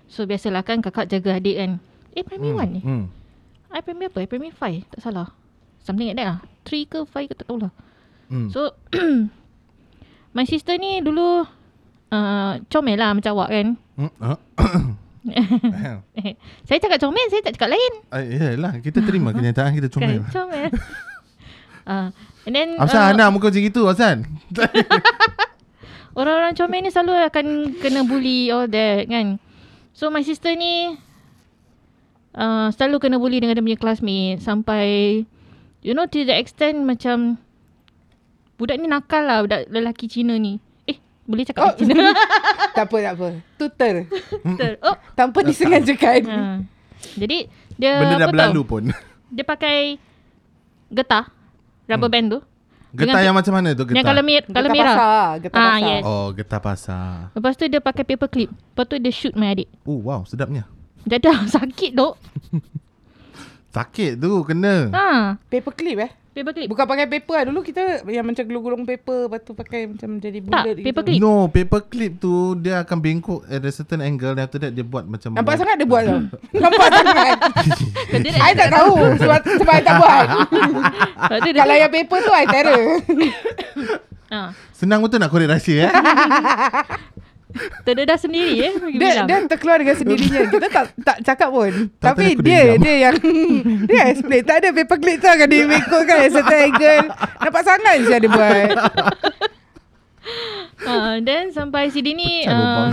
[SPEAKER 4] So, biasalah kan kakak jaga adik kan. Eh, primary 1 hmm. eh?
[SPEAKER 2] hmm.
[SPEAKER 4] I primary apa? I primary 5. Tak salah. Something like that lah. 3 ke 5 ke tak tahulah.
[SPEAKER 2] Hmm.
[SPEAKER 4] So, my sister ni dulu uh, comel lah macam awak kan. Eh,
[SPEAKER 2] Hmm, ah. uh.
[SPEAKER 4] saya cakap comel, saya tak cakap lain.
[SPEAKER 2] Ah, Yelah Kita terima kenyataan Kita
[SPEAKER 4] Kan,
[SPEAKER 2] comel
[SPEAKER 4] comel. uh, Eh, and then
[SPEAKER 2] Afsan uh, Ana muka macam gitu Afsan
[SPEAKER 4] orang-orang comel ni selalu akan kena bully all that kan. So my sister ni uh, selalu kena bully dengan dia punya classmate sampai you know to the extent macam budak ni nakal lah budak lelaki Cina ni. Eh, boleh cakap oh.
[SPEAKER 5] Oh.
[SPEAKER 4] Cina.
[SPEAKER 5] Tak apa, tak apa Tutor
[SPEAKER 4] Betul. oh.
[SPEAKER 5] Tanpa disengajakan
[SPEAKER 4] Ha. Jadi dia
[SPEAKER 2] Benda dah
[SPEAKER 4] apa
[SPEAKER 2] berlalu
[SPEAKER 4] Tau?
[SPEAKER 2] pun
[SPEAKER 4] Dia pakai getah rubber band tu.
[SPEAKER 2] Hmm. Getah
[SPEAKER 4] Dengan-
[SPEAKER 2] yang macam mana tu getah?
[SPEAKER 4] Yang kalau, mir- kalau
[SPEAKER 5] Getah
[SPEAKER 4] merah.
[SPEAKER 5] basah, Getah
[SPEAKER 4] Ah,
[SPEAKER 5] basah
[SPEAKER 4] yes.
[SPEAKER 2] Oh getah pasar
[SPEAKER 4] Lepas tu dia pakai paper clip. Lepas tu dia shoot my adik.
[SPEAKER 2] Oh wow sedapnya
[SPEAKER 4] Dadah sakit dok.
[SPEAKER 2] Sakit tu
[SPEAKER 5] Hmm.
[SPEAKER 2] kena
[SPEAKER 4] Ha,
[SPEAKER 5] Paper clip eh
[SPEAKER 4] paper clip.
[SPEAKER 5] Bukan pakai paper lah Dulu kita yang macam gulung-gulung paper Lepas tu pakai macam jadi bulat
[SPEAKER 4] Tak, paper clip.
[SPEAKER 2] No paper clip tu Dia akan bengkok At a certain angle Then after that dia buat macam Hmm.
[SPEAKER 5] Nampak sangat dia buat tau Nampak sangat I tak tahu Sebab, sebab I tak buat
[SPEAKER 4] Lepas tu dia
[SPEAKER 5] Kalau yang paper tu I terror
[SPEAKER 4] ha,
[SPEAKER 2] Senang betul nak korek rahsia eh
[SPEAKER 4] terdedah sendiri eh. pergi
[SPEAKER 5] dia,
[SPEAKER 4] bilang.
[SPEAKER 5] dia terkeluar dengan sendirinya Kita tak tak cakap pun
[SPEAKER 2] Tak
[SPEAKER 5] Tapi
[SPEAKER 2] tahu dia diam.
[SPEAKER 5] dia Dia yang Dia yang explain Tak ada paper clip tu Akan dia ikut kan As a triangle Nampak sangat je dia buat
[SPEAKER 4] Ha, then sampai si Dini
[SPEAKER 2] Pecah lubang.
[SPEAKER 4] uh,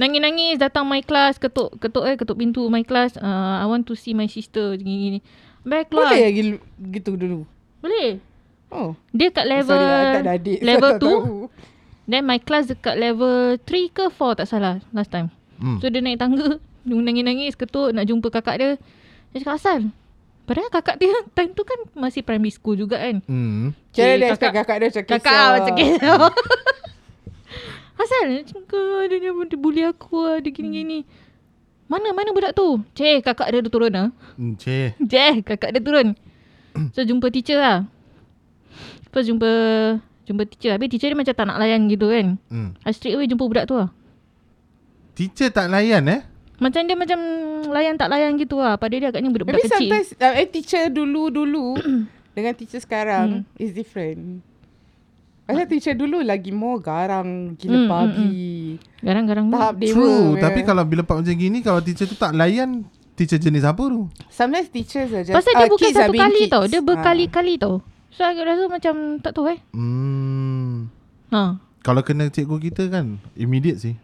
[SPEAKER 4] nangis-nangis datang my class ketuk ketuk eh ketuk pintu my class uh, I want to see my sister gini gini. Baik keluar.
[SPEAKER 5] Boleh ya gil- gitu dulu
[SPEAKER 4] Boleh.
[SPEAKER 5] Oh
[SPEAKER 4] Dia kat level
[SPEAKER 5] Sorry I tak ada adik so I
[SPEAKER 4] Eh, level
[SPEAKER 5] tak
[SPEAKER 4] 2.
[SPEAKER 5] tahu.
[SPEAKER 4] Then my class dekat level 3 ke 4 tak salah last time.
[SPEAKER 2] Hmm.
[SPEAKER 4] So dia naik tangga, dia nangis-nangis ketuk nak jumpa kakak dia. Dia cakap asal. Padahal kakak dia time tu kan masih primary school juga kan.
[SPEAKER 2] Hmm
[SPEAKER 4] Okay,
[SPEAKER 5] Kira dia expect
[SPEAKER 4] kakak-
[SPEAKER 5] kakak dia macam
[SPEAKER 4] Kakak
[SPEAKER 5] kisah.
[SPEAKER 4] lah macam kisah. asal cakap dia, dia, dia bully aku lah, dia gini-gini. Mana mana budak tu? Ceh kakak dia dah turun lah.
[SPEAKER 2] Hmm, Cik
[SPEAKER 4] Jeh, kakak dia turun. So jumpa teacher lah. Lepas jumpa jumpa teacher. Habis teacher dia macam tak nak layan gitu kan.
[SPEAKER 2] hmm.
[SPEAKER 4] I straight away jumpa budak tu lah.
[SPEAKER 2] Teacher tak layan eh
[SPEAKER 4] Macam dia macam layan tak layan gitu lah. Pada dia agaknya budak-budak
[SPEAKER 5] Maybe
[SPEAKER 4] kecil.
[SPEAKER 5] sometimes uh, eh, teacher dulu-dulu dengan teacher sekarang
[SPEAKER 4] Hmm.
[SPEAKER 5] is different. Pasal teacher dulu lagi more
[SPEAKER 4] Ah.
[SPEAKER 5] garang
[SPEAKER 4] Hmm,
[SPEAKER 5] gila
[SPEAKER 4] hmm,
[SPEAKER 5] babi.
[SPEAKER 4] Garang-garang.
[SPEAKER 5] Tahap dewa.
[SPEAKER 2] True
[SPEAKER 5] punya.
[SPEAKER 2] Tapi kalau bila part macam gini Kalau teacher tu tak layan Teacher jenis apa tu
[SPEAKER 5] sometimes teachers are just
[SPEAKER 4] Pasal dia
[SPEAKER 5] ah,
[SPEAKER 4] bukan
[SPEAKER 5] kids are
[SPEAKER 4] satu
[SPEAKER 5] being
[SPEAKER 4] kali
[SPEAKER 5] kids.
[SPEAKER 4] tau. Dia
[SPEAKER 5] Ah.
[SPEAKER 4] berkali-kali tau. So aku rasa macam tak tahu eh.
[SPEAKER 2] Hmm
[SPEAKER 4] Ha.
[SPEAKER 2] Kalau kena cikgu kita kan Immediate sih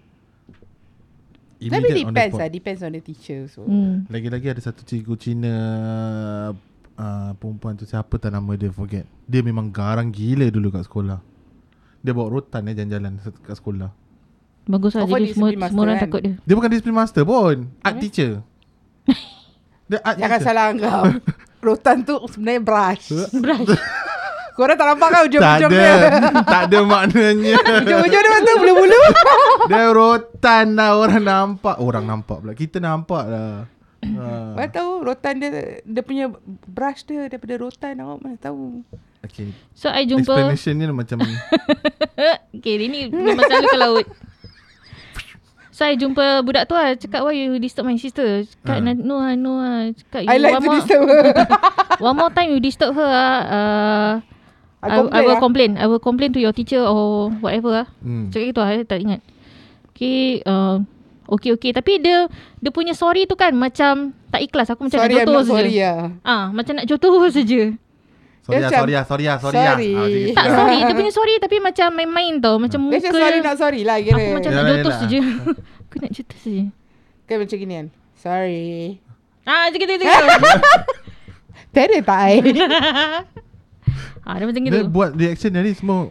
[SPEAKER 5] Tapi
[SPEAKER 2] Immediate on the
[SPEAKER 5] depends
[SPEAKER 2] spot.
[SPEAKER 5] lah, depends on the teacher so.
[SPEAKER 4] Hmm.
[SPEAKER 2] Lagi-lagi ada satu cikgu Cina uh, Perempuan tu siapa tak nama dia forget Dia memang garang gila dulu kat sekolah Dia bawa rotan eh jalan-jalan se- kat sekolah
[SPEAKER 4] Bagus lah.
[SPEAKER 5] Oh, for
[SPEAKER 4] Jadi semua,
[SPEAKER 5] discipline
[SPEAKER 4] semua
[SPEAKER 5] master
[SPEAKER 4] orang
[SPEAKER 5] kan?
[SPEAKER 4] takut dia.
[SPEAKER 2] Dia bukan discipline master pun Art teacher Dia art
[SPEAKER 5] Jangan
[SPEAKER 2] teacher
[SPEAKER 5] salah anggap. Rotan tu sebenarnya brush.
[SPEAKER 4] Brush.
[SPEAKER 5] Korang tak nampak kan
[SPEAKER 2] Tak ada
[SPEAKER 5] ujung-ujung dia?
[SPEAKER 2] Tak ada maknanya
[SPEAKER 5] Ujung-ujung dia tu bulu-bulu.
[SPEAKER 2] Dia rotan lah orang nampak Orang nampak pula Kita nampak lah Ah.
[SPEAKER 5] Mana tahu rotan dia dia punya brush dia daripada rotan awak mana tahu.
[SPEAKER 2] Okay.
[SPEAKER 4] So I jumpa
[SPEAKER 2] Explanation ni macam hmm.
[SPEAKER 4] Okay dia ni memang selalu ke laut So I jumpa budak tu lah Cakap why you disturb my sister
[SPEAKER 2] Ah.
[SPEAKER 4] Cakap uh. no lah no lah Cakap
[SPEAKER 5] I like
[SPEAKER 4] one,
[SPEAKER 5] to
[SPEAKER 4] more,
[SPEAKER 5] disturb her.
[SPEAKER 4] one more time you disturb her ah, uh,
[SPEAKER 5] I
[SPEAKER 4] I, I, I
[SPEAKER 5] complain
[SPEAKER 4] will
[SPEAKER 5] lah.
[SPEAKER 4] complain I will complain to your teacher Or whatever lah
[SPEAKER 2] hmm.
[SPEAKER 4] Cakap gitu lah I tak ingat Okay uh, Okay okay Tapi dia Dia punya sorry tu kan Macam Tak ikhlas Aku macam
[SPEAKER 5] sorry,
[SPEAKER 4] nak
[SPEAKER 5] I'm
[SPEAKER 4] jodoh
[SPEAKER 5] not sorry
[SPEAKER 4] saja
[SPEAKER 5] lah.
[SPEAKER 4] Ah, macam nak jodoh saja.
[SPEAKER 2] Sorry
[SPEAKER 5] Dia
[SPEAKER 2] ah,
[SPEAKER 5] macam-
[SPEAKER 2] sorry ah, sorry ah, sorry ah.
[SPEAKER 5] Sorry.
[SPEAKER 2] Ah, macam gitu
[SPEAKER 4] Tak
[SPEAKER 2] lah.
[SPEAKER 4] sorry, dia punya sorry tapi macam main-main tau, macam
[SPEAKER 5] Dia
[SPEAKER 4] muka.
[SPEAKER 5] macam sorry not sorry lah kira.
[SPEAKER 4] Aku macam nak
[SPEAKER 2] Yalah,
[SPEAKER 4] jotos
[SPEAKER 2] yalah.
[SPEAKER 4] saja. aku nak jotos saja.
[SPEAKER 5] Kan macam gini kan. Sorry.
[SPEAKER 4] Ah, macam gitu, macam gitu.
[SPEAKER 5] Terror tak I?
[SPEAKER 4] Hmm. ah, dia macam gitu.
[SPEAKER 2] Dia buat reaction ni semua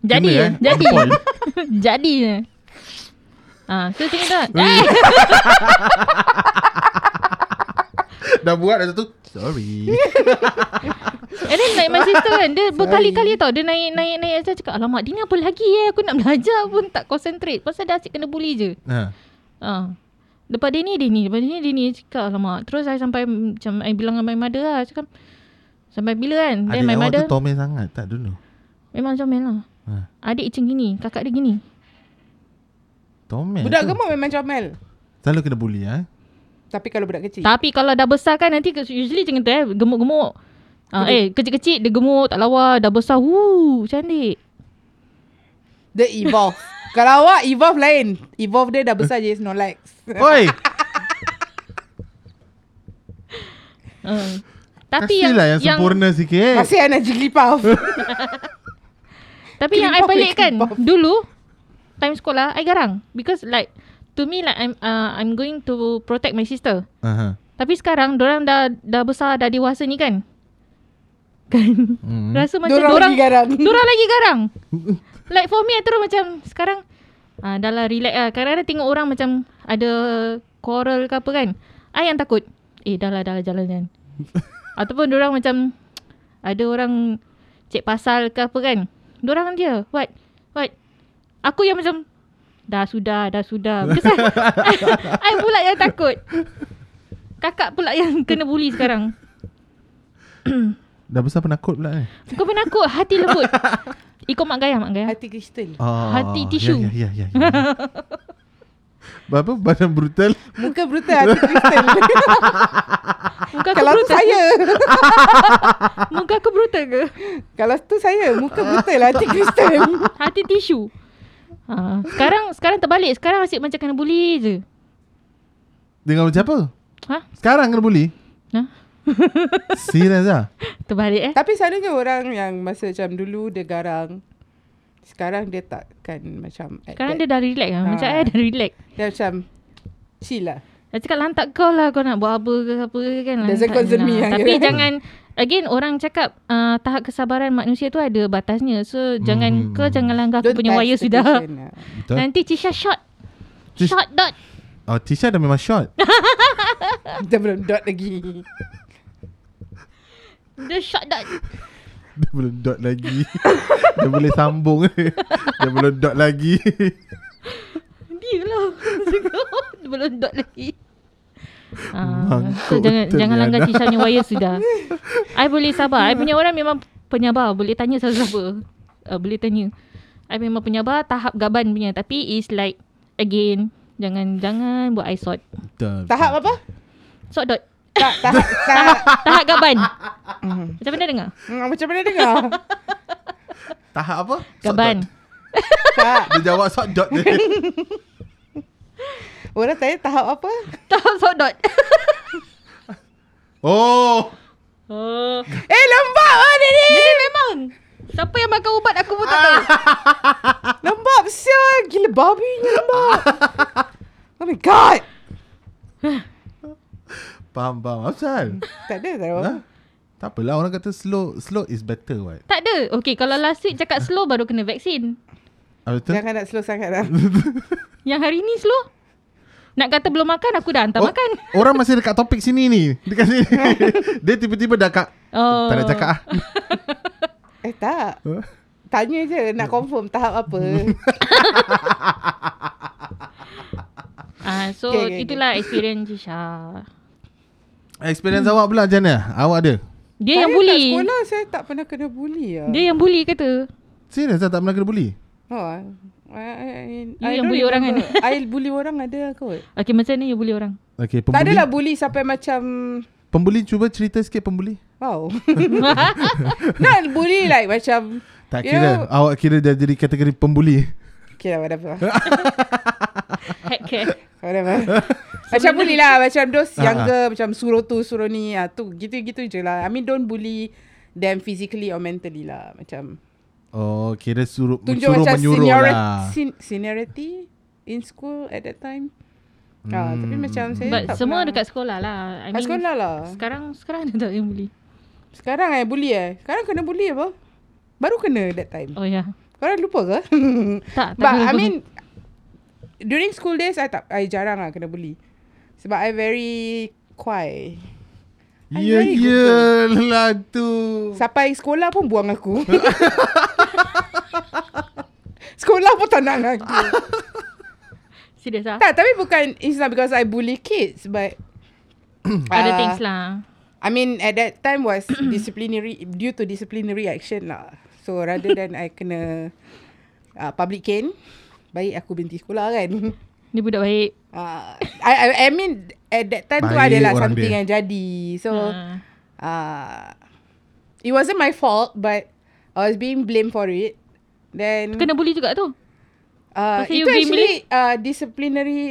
[SPEAKER 4] Jadi
[SPEAKER 2] kena,
[SPEAKER 4] ya,
[SPEAKER 2] eh.
[SPEAKER 4] jadi.
[SPEAKER 2] On point.
[SPEAKER 4] jadi ya. Ah, so macam gitu.
[SPEAKER 2] Eh. Dah buat dah tu Sorry
[SPEAKER 4] And then like my sister kan, dia berkali-kali tau, dia naik naik naik saya cakap, alamak, dia ni apa lagi eh? Aku nak belajar pun tak concentrate. Pasal dah asyik kena bully je.
[SPEAKER 2] ha.
[SPEAKER 4] Ah. Lepas dia ni dia ni Lepas dia ni dia ni Cakap alamak Terus saya sampai Macam I bilang dengan my mother lah Cakap Sampai bila kan Then
[SPEAKER 2] Adik
[SPEAKER 4] my
[SPEAKER 2] awak
[SPEAKER 4] mother
[SPEAKER 2] tu tomel sangat Tak dulu
[SPEAKER 4] Memang comel lah
[SPEAKER 2] ha.
[SPEAKER 4] Adik macam gini Kakak dia gini
[SPEAKER 2] Tomel tu.
[SPEAKER 5] budak gemuk memang comel.
[SPEAKER 2] Selalu kena bully eh?
[SPEAKER 5] Tapi kalau budak kecil.
[SPEAKER 4] Tapi kalau dah besar kan Nanti ke- usually macam tu eh Gemuk-gemuk Ah, eh kecil-kecil dia gemuk tak lawa dah besar woo cantik
[SPEAKER 5] Dia evolve. kalau awak evolve lain. Evolve dia dah besar je. It's no likes.
[SPEAKER 2] Oi
[SPEAKER 4] uh. tapi yang,
[SPEAKER 2] Kasihlah lah yang, yang sempurna
[SPEAKER 4] Hmm.
[SPEAKER 2] sikit
[SPEAKER 5] Masih anak Jigglypuff.
[SPEAKER 4] tapi yang I
[SPEAKER 5] Kimpah,
[SPEAKER 4] pelik kan
[SPEAKER 5] kimpah.
[SPEAKER 4] dulu time sekolah I garang because like to me like I'm uh, I'm going to protect my sister
[SPEAKER 2] Aha.
[SPEAKER 4] Tapi sekarang Diorang dah Dah besar Dah dewasa ni kan Kan
[SPEAKER 2] Hmm.
[SPEAKER 4] hmm. Rasa macam
[SPEAKER 5] Dorang
[SPEAKER 4] Diorang
[SPEAKER 5] lagi garang.
[SPEAKER 4] Diorang lagi garang Like for me I terus macam Sekarang ah, Dah lah relax lah Kadang-kadang tengok orang macam Ada Quarrel ke apa kan I yang takut Eh dah lah dah lah jalan kan Ataupun diorang macam Ada orang Cek pasal ke apa kan Diorang dia What What Aku yang macam Dah sudah Dah sudah Because I, I pula yang takut Kakak pula yang kena bully sekarang.
[SPEAKER 2] Dah besar penakut pula eh. ni
[SPEAKER 4] Kau penakut, hati lembut. Ikut mak gaya, mak gaya.
[SPEAKER 5] Hati kristal.
[SPEAKER 2] oh,
[SPEAKER 4] Hati tisu.
[SPEAKER 2] Ya ya ya, ya. Apa badan brutal
[SPEAKER 5] Muka brutal hati kristal.
[SPEAKER 4] Muka aku
[SPEAKER 5] kalau tu
[SPEAKER 4] brutal.
[SPEAKER 5] saya.
[SPEAKER 4] Muka aku brutal ke?
[SPEAKER 5] kalau tu saya. Muka brutal hati kristal.
[SPEAKER 4] Hati tisu. Ha, sekarang sekarang terbalik. Sekarang asyik macam kena bully je.
[SPEAKER 2] Dengan macam apa
[SPEAKER 4] Ha?
[SPEAKER 2] Sekarang kena bully
[SPEAKER 4] Ha?
[SPEAKER 2] Serius lah
[SPEAKER 4] Terbalik eh.
[SPEAKER 5] Tapi selalunya orang yang masa macam dulu dia garang. Sekarang dia takkan macam. at
[SPEAKER 4] Sekarang dia
[SPEAKER 5] that.
[SPEAKER 4] dah relax lah. Macam
[SPEAKER 5] Ha.
[SPEAKER 4] I dah relax.
[SPEAKER 5] dia macam chill lah.
[SPEAKER 4] Saya cakap lantak kau lah kau nak buat apa ke apa ke kan.
[SPEAKER 5] Doesn't
[SPEAKER 4] lantak je
[SPEAKER 5] concern
[SPEAKER 4] lah.
[SPEAKER 5] me lah,
[SPEAKER 4] Tapi
[SPEAKER 5] kira.
[SPEAKER 4] jangan again orang cakap uh, tahap kesabaran manusia tu ada batasnya. So
[SPEAKER 2] Mhm.
[SPEAKER 4] jangan kau jangan langgar aku
[SPEAKER 5] Don't
[SPEAKER 4] punya
[SPEAKER 5] pass
[SPEAKER 4] wire
[SPEAKER 5] the
[SPEAKER 4] sudah.
[SPEAKER 5] patient lah.
[SPEAKER 2] Betul
[SPEAKER 4] Nanti Cisha shot.
[SPEAKER 2] Cis-
[SPEAKER 4] Shot dot.
[SPEAKER 2] Oh Tisha dah memang short
[SPEAKER 5] Dia belum dot lagi.
[SPEAKER 4] Dia shot dot.
[SPEAKER 2] Dia belum dot lagi Dia boleh sambung Dia belum dot lagi
[SPEAKER 4] Dia lah Dia belum dot lagi Ah, so
[SPEAKER 2] Mangkuk
[SPEAKER 4] jangan
[SPEAKER 2] betul
[SPEAKER 4] jangan
[SPEAKER 2] ni
[SPEAKER 4] langgar
[SPEAKER 2] anak.
[SPEAKER 4] Kisha ni wire sudah. I boleh sabar. I punya orang memang penyabar. Boleh tanya siapa-siapa. Uh, boleh tanya. I memang penyabar tahap gaban punya. Tapi is like again jangan jangan buat I sort.
[SPEAKER 2] Betul
[SPEAKER 5] Tahap apa?
[SPEAKER 4] Sort dot.
[SPEAKER 5] Tak, tahap, tahap.
[SPEAKER 4] Tahap gaban.
[SPEAKER 2] Mm-hmm.
[SPEAKER 5] Mhm.
[SPEAKER 4] Macam mana dengar?
[SPEAKER 5] Hmm, macam mana dengar?
[SPEAKER 2] Tahap apa
[SPEAKER 4] Gaban.
[SPEAKER 2] Short dot.
[SPEAKER 5] tak.
[SPEAKER 2] Dia jawab short dot je
[SPEAKER 5] Orang tanya tahap apa?
[SPEAKER 4] Tahap sort dot.
[SPEAKER 2] Oh
[SPEAKER 4] Oh.
[SPEAKER 5] Eh, lembab lah dia ni.
[SPEAKER 4] Jadi memang siapa yang makan ubat aku pun tak tahu.
[SPEAKER 2] Ah.
[SPEAKER 5] Lembab sial. Gila babinya lembab. oh my god.
[SPEAKER 2] Faham faham Apsal
[SPEAKER 5] Tak ada tak ada.
[SPEAKER 2] ha? Tak apalah orang kata slow Slow is better what
[SPEAKER 4] Tak ada. Okay, kalau last week cakap slow baru kena vaksin.
[SPEAKER 2] Ah, Betul
[SPEAKER 5] Jangan nak slow sangat lah.
[SPEAKER 4] Yang hari ni slow. Nak kata belum makan, aku dah hantar
[SPEAKER 2] Oh,
[SPEAKER 4] oh. makan.
[SPEAKER 2] Orang masih dekat topik sini ni Dekat sini Dia tiba-tiba dah kat
[SPEAKER 4] Oh.
[SPEAKER 2] Tak nak cakap ah.
[SPEAKER 5] Eh tak. Tanya je nak confirm tahap apa.
[SPEAKER 4] Ah, so,
[SPEAKER 5] Okay,
[SPEAKER 4] Ah, okay,
[SPEAKER 5] okay,
[SPEAKER 4] okay, itulah experience Jisha.
[SPEAKER 2] Experience awak pula macam mana? Awak ada?
[SPEAKER 4] Dia yang
[SPEAKER 5] Saya kat
[SPEAKER 4] bully.
[SPEAKER 5] sekolah saya tak pernah kena bully lah.
[SPEAKER 4] Dia yang bully kata.
[SPEAKER 2] Serius lah tak pernah kena bully?
[SPEAKER 5] Oh, I, I,
[SPEAKER 4] You
[SPEAKER 5] I
[SPEAKER 4] yang
[SPEAKER 5] don't
[SPEAKER 4] bully orang kan?
[SPEAKER 5] remember. I bully orang ada kot.
[SPEAKER 4] Okay, macam mana you bully orang?
[SPEAKER 2] Okay,
[SPEAKER 5] Tak
[SPEAKER 2] pembuli.
[SPEAKER 5] adalah bully sampai macam
[SPEAKER 2] Pembuli cuba cerita sikit pembuli.
[SPEAKER 5] wow. Not bully like macam
[SPEAKER 2] Tak
[SPEAKER 5] you
[SPEAKER 2] kira.
[SPEAKER 5] know,
[SPEAKER 2] Awak kira dia jadi kategori pembuli.
[SPEAKER 5] Okay lah whatever
[SPEAKER 4] Heck care.
[SPEAKER 5] Whatever Macam bully lah Macam
[SPEAKER 2] Ah,
[SPEAKER 5] those younger Macam suruh tu suruh ni ah, tu Gitu-gitu je lah I mean don't bully Them physically or mentally lah Macam
[SPEAKER 2] Oh, kira suruh
[SPEAKER 5] Tunjuk
[SPEAKER 2] suruh
[SPEAKER 5] macam
[SPEAKER 2] menyuruh
[SPEAKER 5] seniority,
[SPEAKER 2] lah.
[SPEAKER 5] sen- seniority In school at that time ah, Tapi macam saya
[SPEAKER 4] But
[SPEAKER 5] tak
[SPEAKER 4] semua
[SPEAKER 5] pernah-
[SPEAKER 4] dekat sekolah lah. I
[SPEAKER 5] Kat
[SPEAKER 4] mean,
[SPEAKER 5] sekolah lah
[SPEAKER 4] Sekarang, sekarang ada tak yang bully?
[SPEAKER 5] Sekarang eh bully eh Sekarang kena bully apa Baru kena that time
[SPEAKER 4] Oh ya.
[SPEAKER 5] Korang lupa ke?
[SPEAKER 4] Tak, tak
[SPEAKER 5] But
[SPEAKER 4] kena
[SPEAKER 5] I
[SPEAKER 4] bully.
[SPEAKER 5] mean During school days I tak I jarang lah kena bully Sebab I very Kuai I'm
[SPEAKER 2] Ya,
[SPEAKER 5] very good
[SPEAKER 2] ya lah tu.
[SPEAKER 5] Sampai sekolah pun buang aku Sekolah pun tak nak dengan aku
[SPEAKER 4] Serius lah.
[SPEAKER 5] Tak tapi bukan It's not because I bully kids But
[SPEAKER 4] Ada
[SPEAKER 5] Ah,
[SPEAKER 4] things lah.
[SPEAKER 5] I mean at that time was disciplinary Due to disciplinary action lah So rather than I kena uh, Public cane Baik aku berhenti sekolah kan
[SPEAKER 4] Dia budak baik.
[SPEAKER 5] Uh, I, I, I mean at that time tu
[SPEAKER 2] Baik
[SPEAKER 5] adalah
[SPEAKER 2] orang
[SPEAKER 5] something
[SPEAKER 2] dia.
[SPEAKER 5] dia. yang jadi. So
[SPEAKER 4] Ah.
[SPEAKER 5] uh, it wasn't my fault but I was being blamed for it. Then
[SPEAKER 4] Kena bully juga tu.
[SPEAKER 5] uh,
[SPEAKER 4] Pasal you
[SPEAKER 5] itu
[SPEAKER 4] blame
[SPEAKER 5] actually uh, disciplinary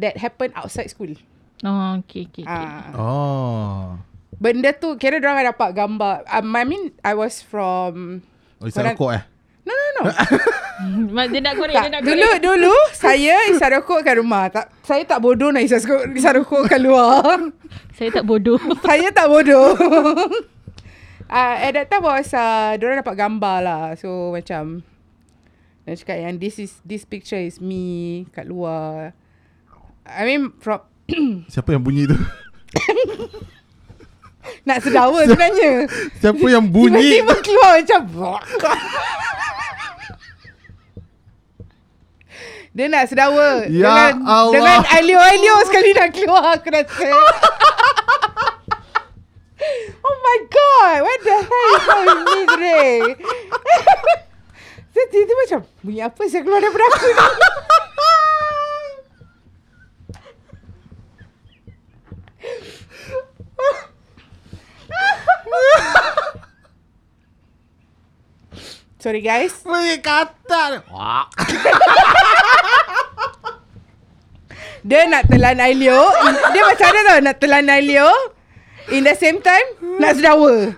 [SPEAKER 5] that happened outside school.
[SPEAKER 4] Oh, okay, okay, okay.
[SPEAKER 5] Uh,
[SPEAKER 2] Oh.
[SPEAKER 5] benda tu kira orang dapat gambar. Um, I mean I was from
[SPEAKER 2] Oh, isap
[SPEAKER 5] Korang-
[SPEAKER 2] rokok eh?
[SPEAKER 5] No no no.
[SPEAKER 4] Mak dia nak korek, dia nak
[SPEAKER 5] tak, dulu
[SPEAKER 4] korek.
[SPEAKER 5] dulu saya isap rokok kat rumah. Tak saya tak bodoh nak isap rokok- isap rokok kat luar.
[SPEAKER 4] Saya tak bodoh.
[SPEAKER 5] Saya tak bodoh. uh, at that time was uh, Diorang dapat gambar lah So macam Dia cakap yang This is this picture is me Kat luar I mean from
[SPEAKER 2] Siapa yang bunyi tu?
[SPEAKER 5] Nak sedawa sebenarnya
[SPEAKER 2] Siapa yang bunyi?
[SPEAKER 5] Tiba-tiba keluar macam Dia nak sedawa
[SPEAKER 2] Ya
[SPEAKER 5] dengan,
[SPEAKER 2] Allah.
[SPEAKER 5] Dengan alio-alio sekali nak keluar Aku rasa Oh my god What the hell is wrong with me today Dia tiba-tiba macam Bunyi apa saya keluar daripada aku ni Sorry guys
[SPEAKER 2] Bunyi kata. Wah.
[SPEAKER 5] Dia nak telan Ailio In- Dia macam mana tau Nak telan Ailio In the same time Nak sedawa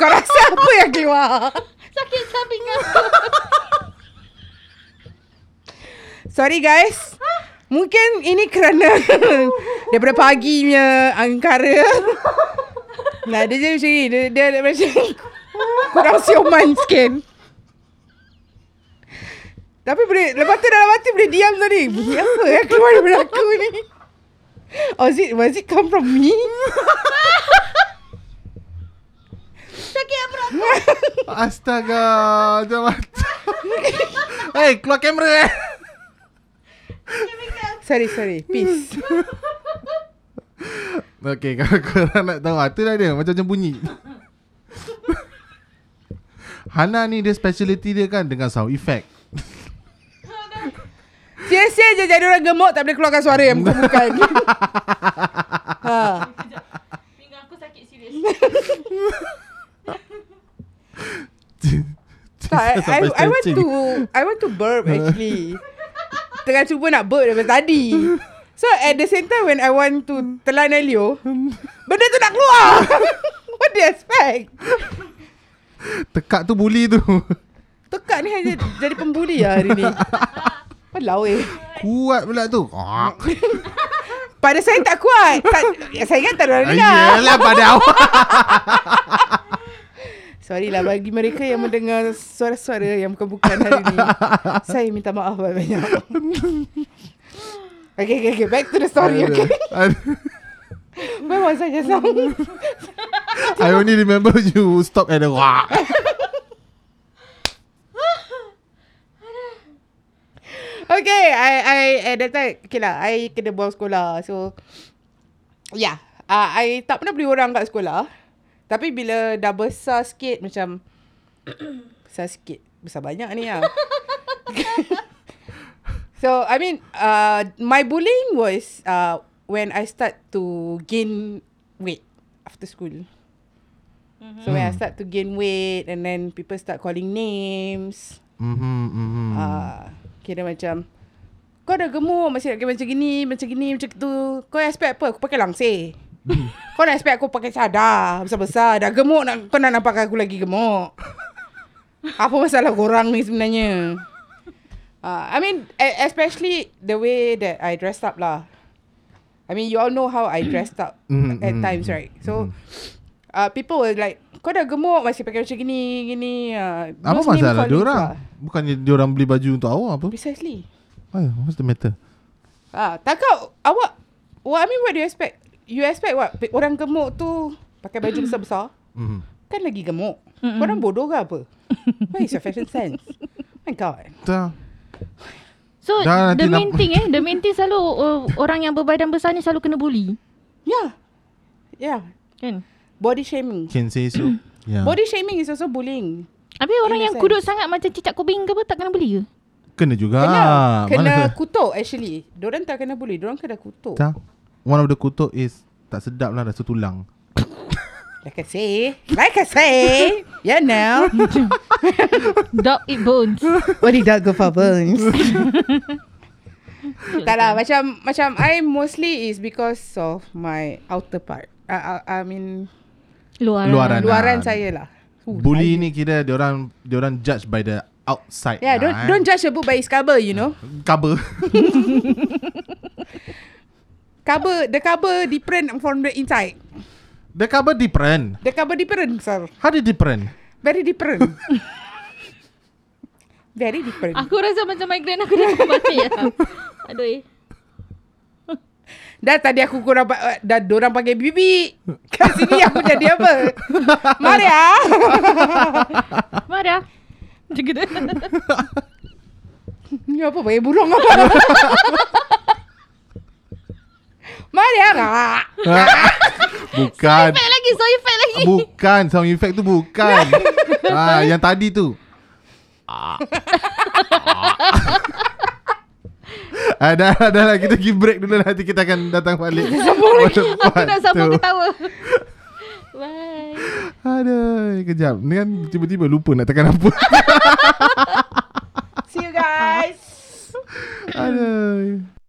[SPEAKER 5] Kau rasa apa yang keluar
[SPEAKER 4] Sakit samping
[SPEAKER 5] Sorry guys Mungkin ini kerana Daripada pagi punya Angkara Nah dia jadi macam ni Dia, dia, dia macam Kurang siuman sikit Tapi boleh Lepas tu dalam hati boleh diam tadi Bunyi apa yang keluar daripada aku ni Or is it Was it come from me Sakit apa
[SPEAKER 2] Astaga. Macam mata. Hei, keluar kamera eh.
[SPEAKER 5] Sorry sorry Peace
[SPEAKER 2] Okay, kalau korang nak tahu. ah, tu dah dia. Macam-macam bunyi. Hana ni dia speciality dia kan dengan sound effect.
[SPEAKER 5] Sia-sia je jadi orang gemuk tak boleh keluarkan suara yang bukan-bukan. ha.
[SPEAKER 4] Pinggang aku sakit serius.
[SPEAKER 5] Tak, I, I,
[SPEAKER 2] Sampai
[SPEAKER 5] I want
[SPEAKER 2] stretching.
[SPEAKER 5] to I want to burp actually. Tengah cuba nak burp daripada tadi. So at the same time when I want to telan Elio, benda tu nak keluar. What do you expect?
[SPEAKER 2] Tekak tu bully tu.
[SPEAKER 5] Tekak ni hanya jadi pembuli lah hari ni. Walau eh.
[SPEAKER 2] Kuat pula tu. Ah,
[SPEAKER 5] Pada saya tak kuat. Tak, saya ingat tak ada orang dengar.
[SPEAKER 2] Yelah pada awak.
[SPEAKER 5] Sorry lah bagi mereka yang mendengar suara-suara yang bukan-bukan hari ni. saya minta maaf banyak-banyak. okay, okay, okay. Back to the story, okay? Where was I just now?
[SPEAKER 2] I only remember you stop at the wah.
[SPEAKER 5] okay, I, I, at that time, okay lah, I kena buang sekolah. So, yeah. uh, I tak pernah beli orang kat sekolah. Tapi bila dah besar sikit macam besar sikit, besar banyak ni lah. so I mean uh, my bullying was uh, when I start to gain weight after school. Mm-hmm. So when I start to gain weight and then people start calling names.
[SPEAKER 2] Mhm mhm.
[SPEAKER 5] Ah, kira macam kau dah gemuk masih nak kira macam gini, macam gini, macam tu. Kau expect apa? Aku pakai langsir.
[SPEAKER 2] Hmm.
[SPEAKER 5] kau nak expect aku pakai cadar besar-besar. Dah gemuk nak kau nak nampak aku lagi gemuk. apa masalah korang ni sebenarnya? Uh, I mean e- especially the way that I dressed up lah. I mean you all know how I dressed up
[SPEAKER 2] Mm,
[SPEAKER 5] at
[SPEAKER 2] mm,
[SPEAKER 5] times
[SPEAKER 2] mm,
[SPEAKER 5] right. So uh, people were like kau dah gemuk masih pakai macam gini gini uh,
[SPEAKER 2] Apa
[SPEAKER 5] those name
[SPEAKER 2] masalah
[SPEAKER 5] callings
[SPEAKER 2] dia orang?
[SPEAKER 5] lah.
[SPEAKER 2] Bukannya dia orang beli baju untuk awak apa?
[SPEAKER 5] Precisely.
[SPEAKER 2] Why? What's the matter?
[SPEAKER 5] Ah, tak kau awak well, I mean what do you expect? You expect what? Pe- Orang gemuk tu pakai baju besar-besar
[SPEAKER 2] Mhm.
[SPEAKER 5] kan lagi gemuk. Mm-mm. Orang bodoh ke apa? Where is your fashion sense? My god.
[SPEAKER 2] Tak.
[SPEAKER 4] So
[SPEAKER 2] Dah,
[SPEAKER 4] the
[SPEAKER 2] nanti
[SPEAKER 4] main
[SPEAKER 2] lap-
[SPEAKER 4] thing eh, the main thing selalu uh, orang yang berbadan besar ni selalu kena bully.
[SPEAKER 5] Yeah. Yeah.
[SPEAKER 4] Kan?
[SPEAKER 5] Body shaming.
[SPEAKER 2] Can say so. Ya. yeah.
[SPEAKER 5] Body shaming is also bullying.
[SPEAKER 4] Habis orang
[SPEAKER 5] a
[SPEAKER 4] yang
[SPEAKER 5] sense.
[SPEAKER 4] kudut sangat macam cicak kubing ke apa tak kena bully ke?
[SPEAKER 2] Kena juga.
[SPEAKER 5] Kena kena
[SPEAKER 2] Ah, Mana-
[SPEAKER 5] kutuk actually. Diorang tak kena bully, diorang kena kutuk.
[SPEAKER 2] Tak. One of the kutuk is tak sedap lah rasa tulang.
[SPEAKER 5] Like I say, like I say, you know.
[SPEAKER 4] Dog eat bones.
[SPEAKER 5] What did that go for burns? tak lah macam macam I mostly is because of my outer part. I, I, I mean
[SPEAKER 4] Luaran.
[SPEAKER 2] Luaran. Kanan.
[SPEAKER 5] luaran saya lah. Ooh,
[SPEAKER 2] Bully ni kira dia orang dia orang judge by the outside.
[SPEAKER 5] Yeah, don't
[SPEAKER 2] lah, eh.
[SPEAKER 5] don't judge a book by its cover, you know.
[SPEAKER 2] cover.
[SPEAKER 5] Cover the cover different from the inside.
[SPEAKER 2] the cover different.
[SPEAKER 5] The cover different, sir.
[SPEAKER 2] How they different?
[SPEAKER 5] Very different. Very different.
[SPEAKER 4] Aku rasa macam migraine aku dah batik ya. Aduh. eh.
[SPEAKER 5] Dah tadi aku korang pa- dah dorang panggil bibi. Kat sini aku jadi apa? ah. Maria.
[SPEAKER 4] Marah. Dia kena.
[SPEAKER 5] Ni apa pakai burung apa? Maria nak.
[SPEAKER 2] bukan.
[SPEAKER 4] Effect lagi, so effect lagi.
[SPEAKER 2] bukan sound effect tu bukan. ah, yang tadi tu. Ah, dah, dah, dah lah Kita give break dulu Nanti kita akan datang balik
[SPEAKER 4] Aku nak
[SPEAKER 2] tu.
[SPEAKER 4] sambung ketawa. Bye.
[SPEAKER 2] Aduh Kejap Ni kan tiba-tiba lupa nak tekan apa
[SPEAKER 5] See you guys.
[SPEAKER 2] Aduh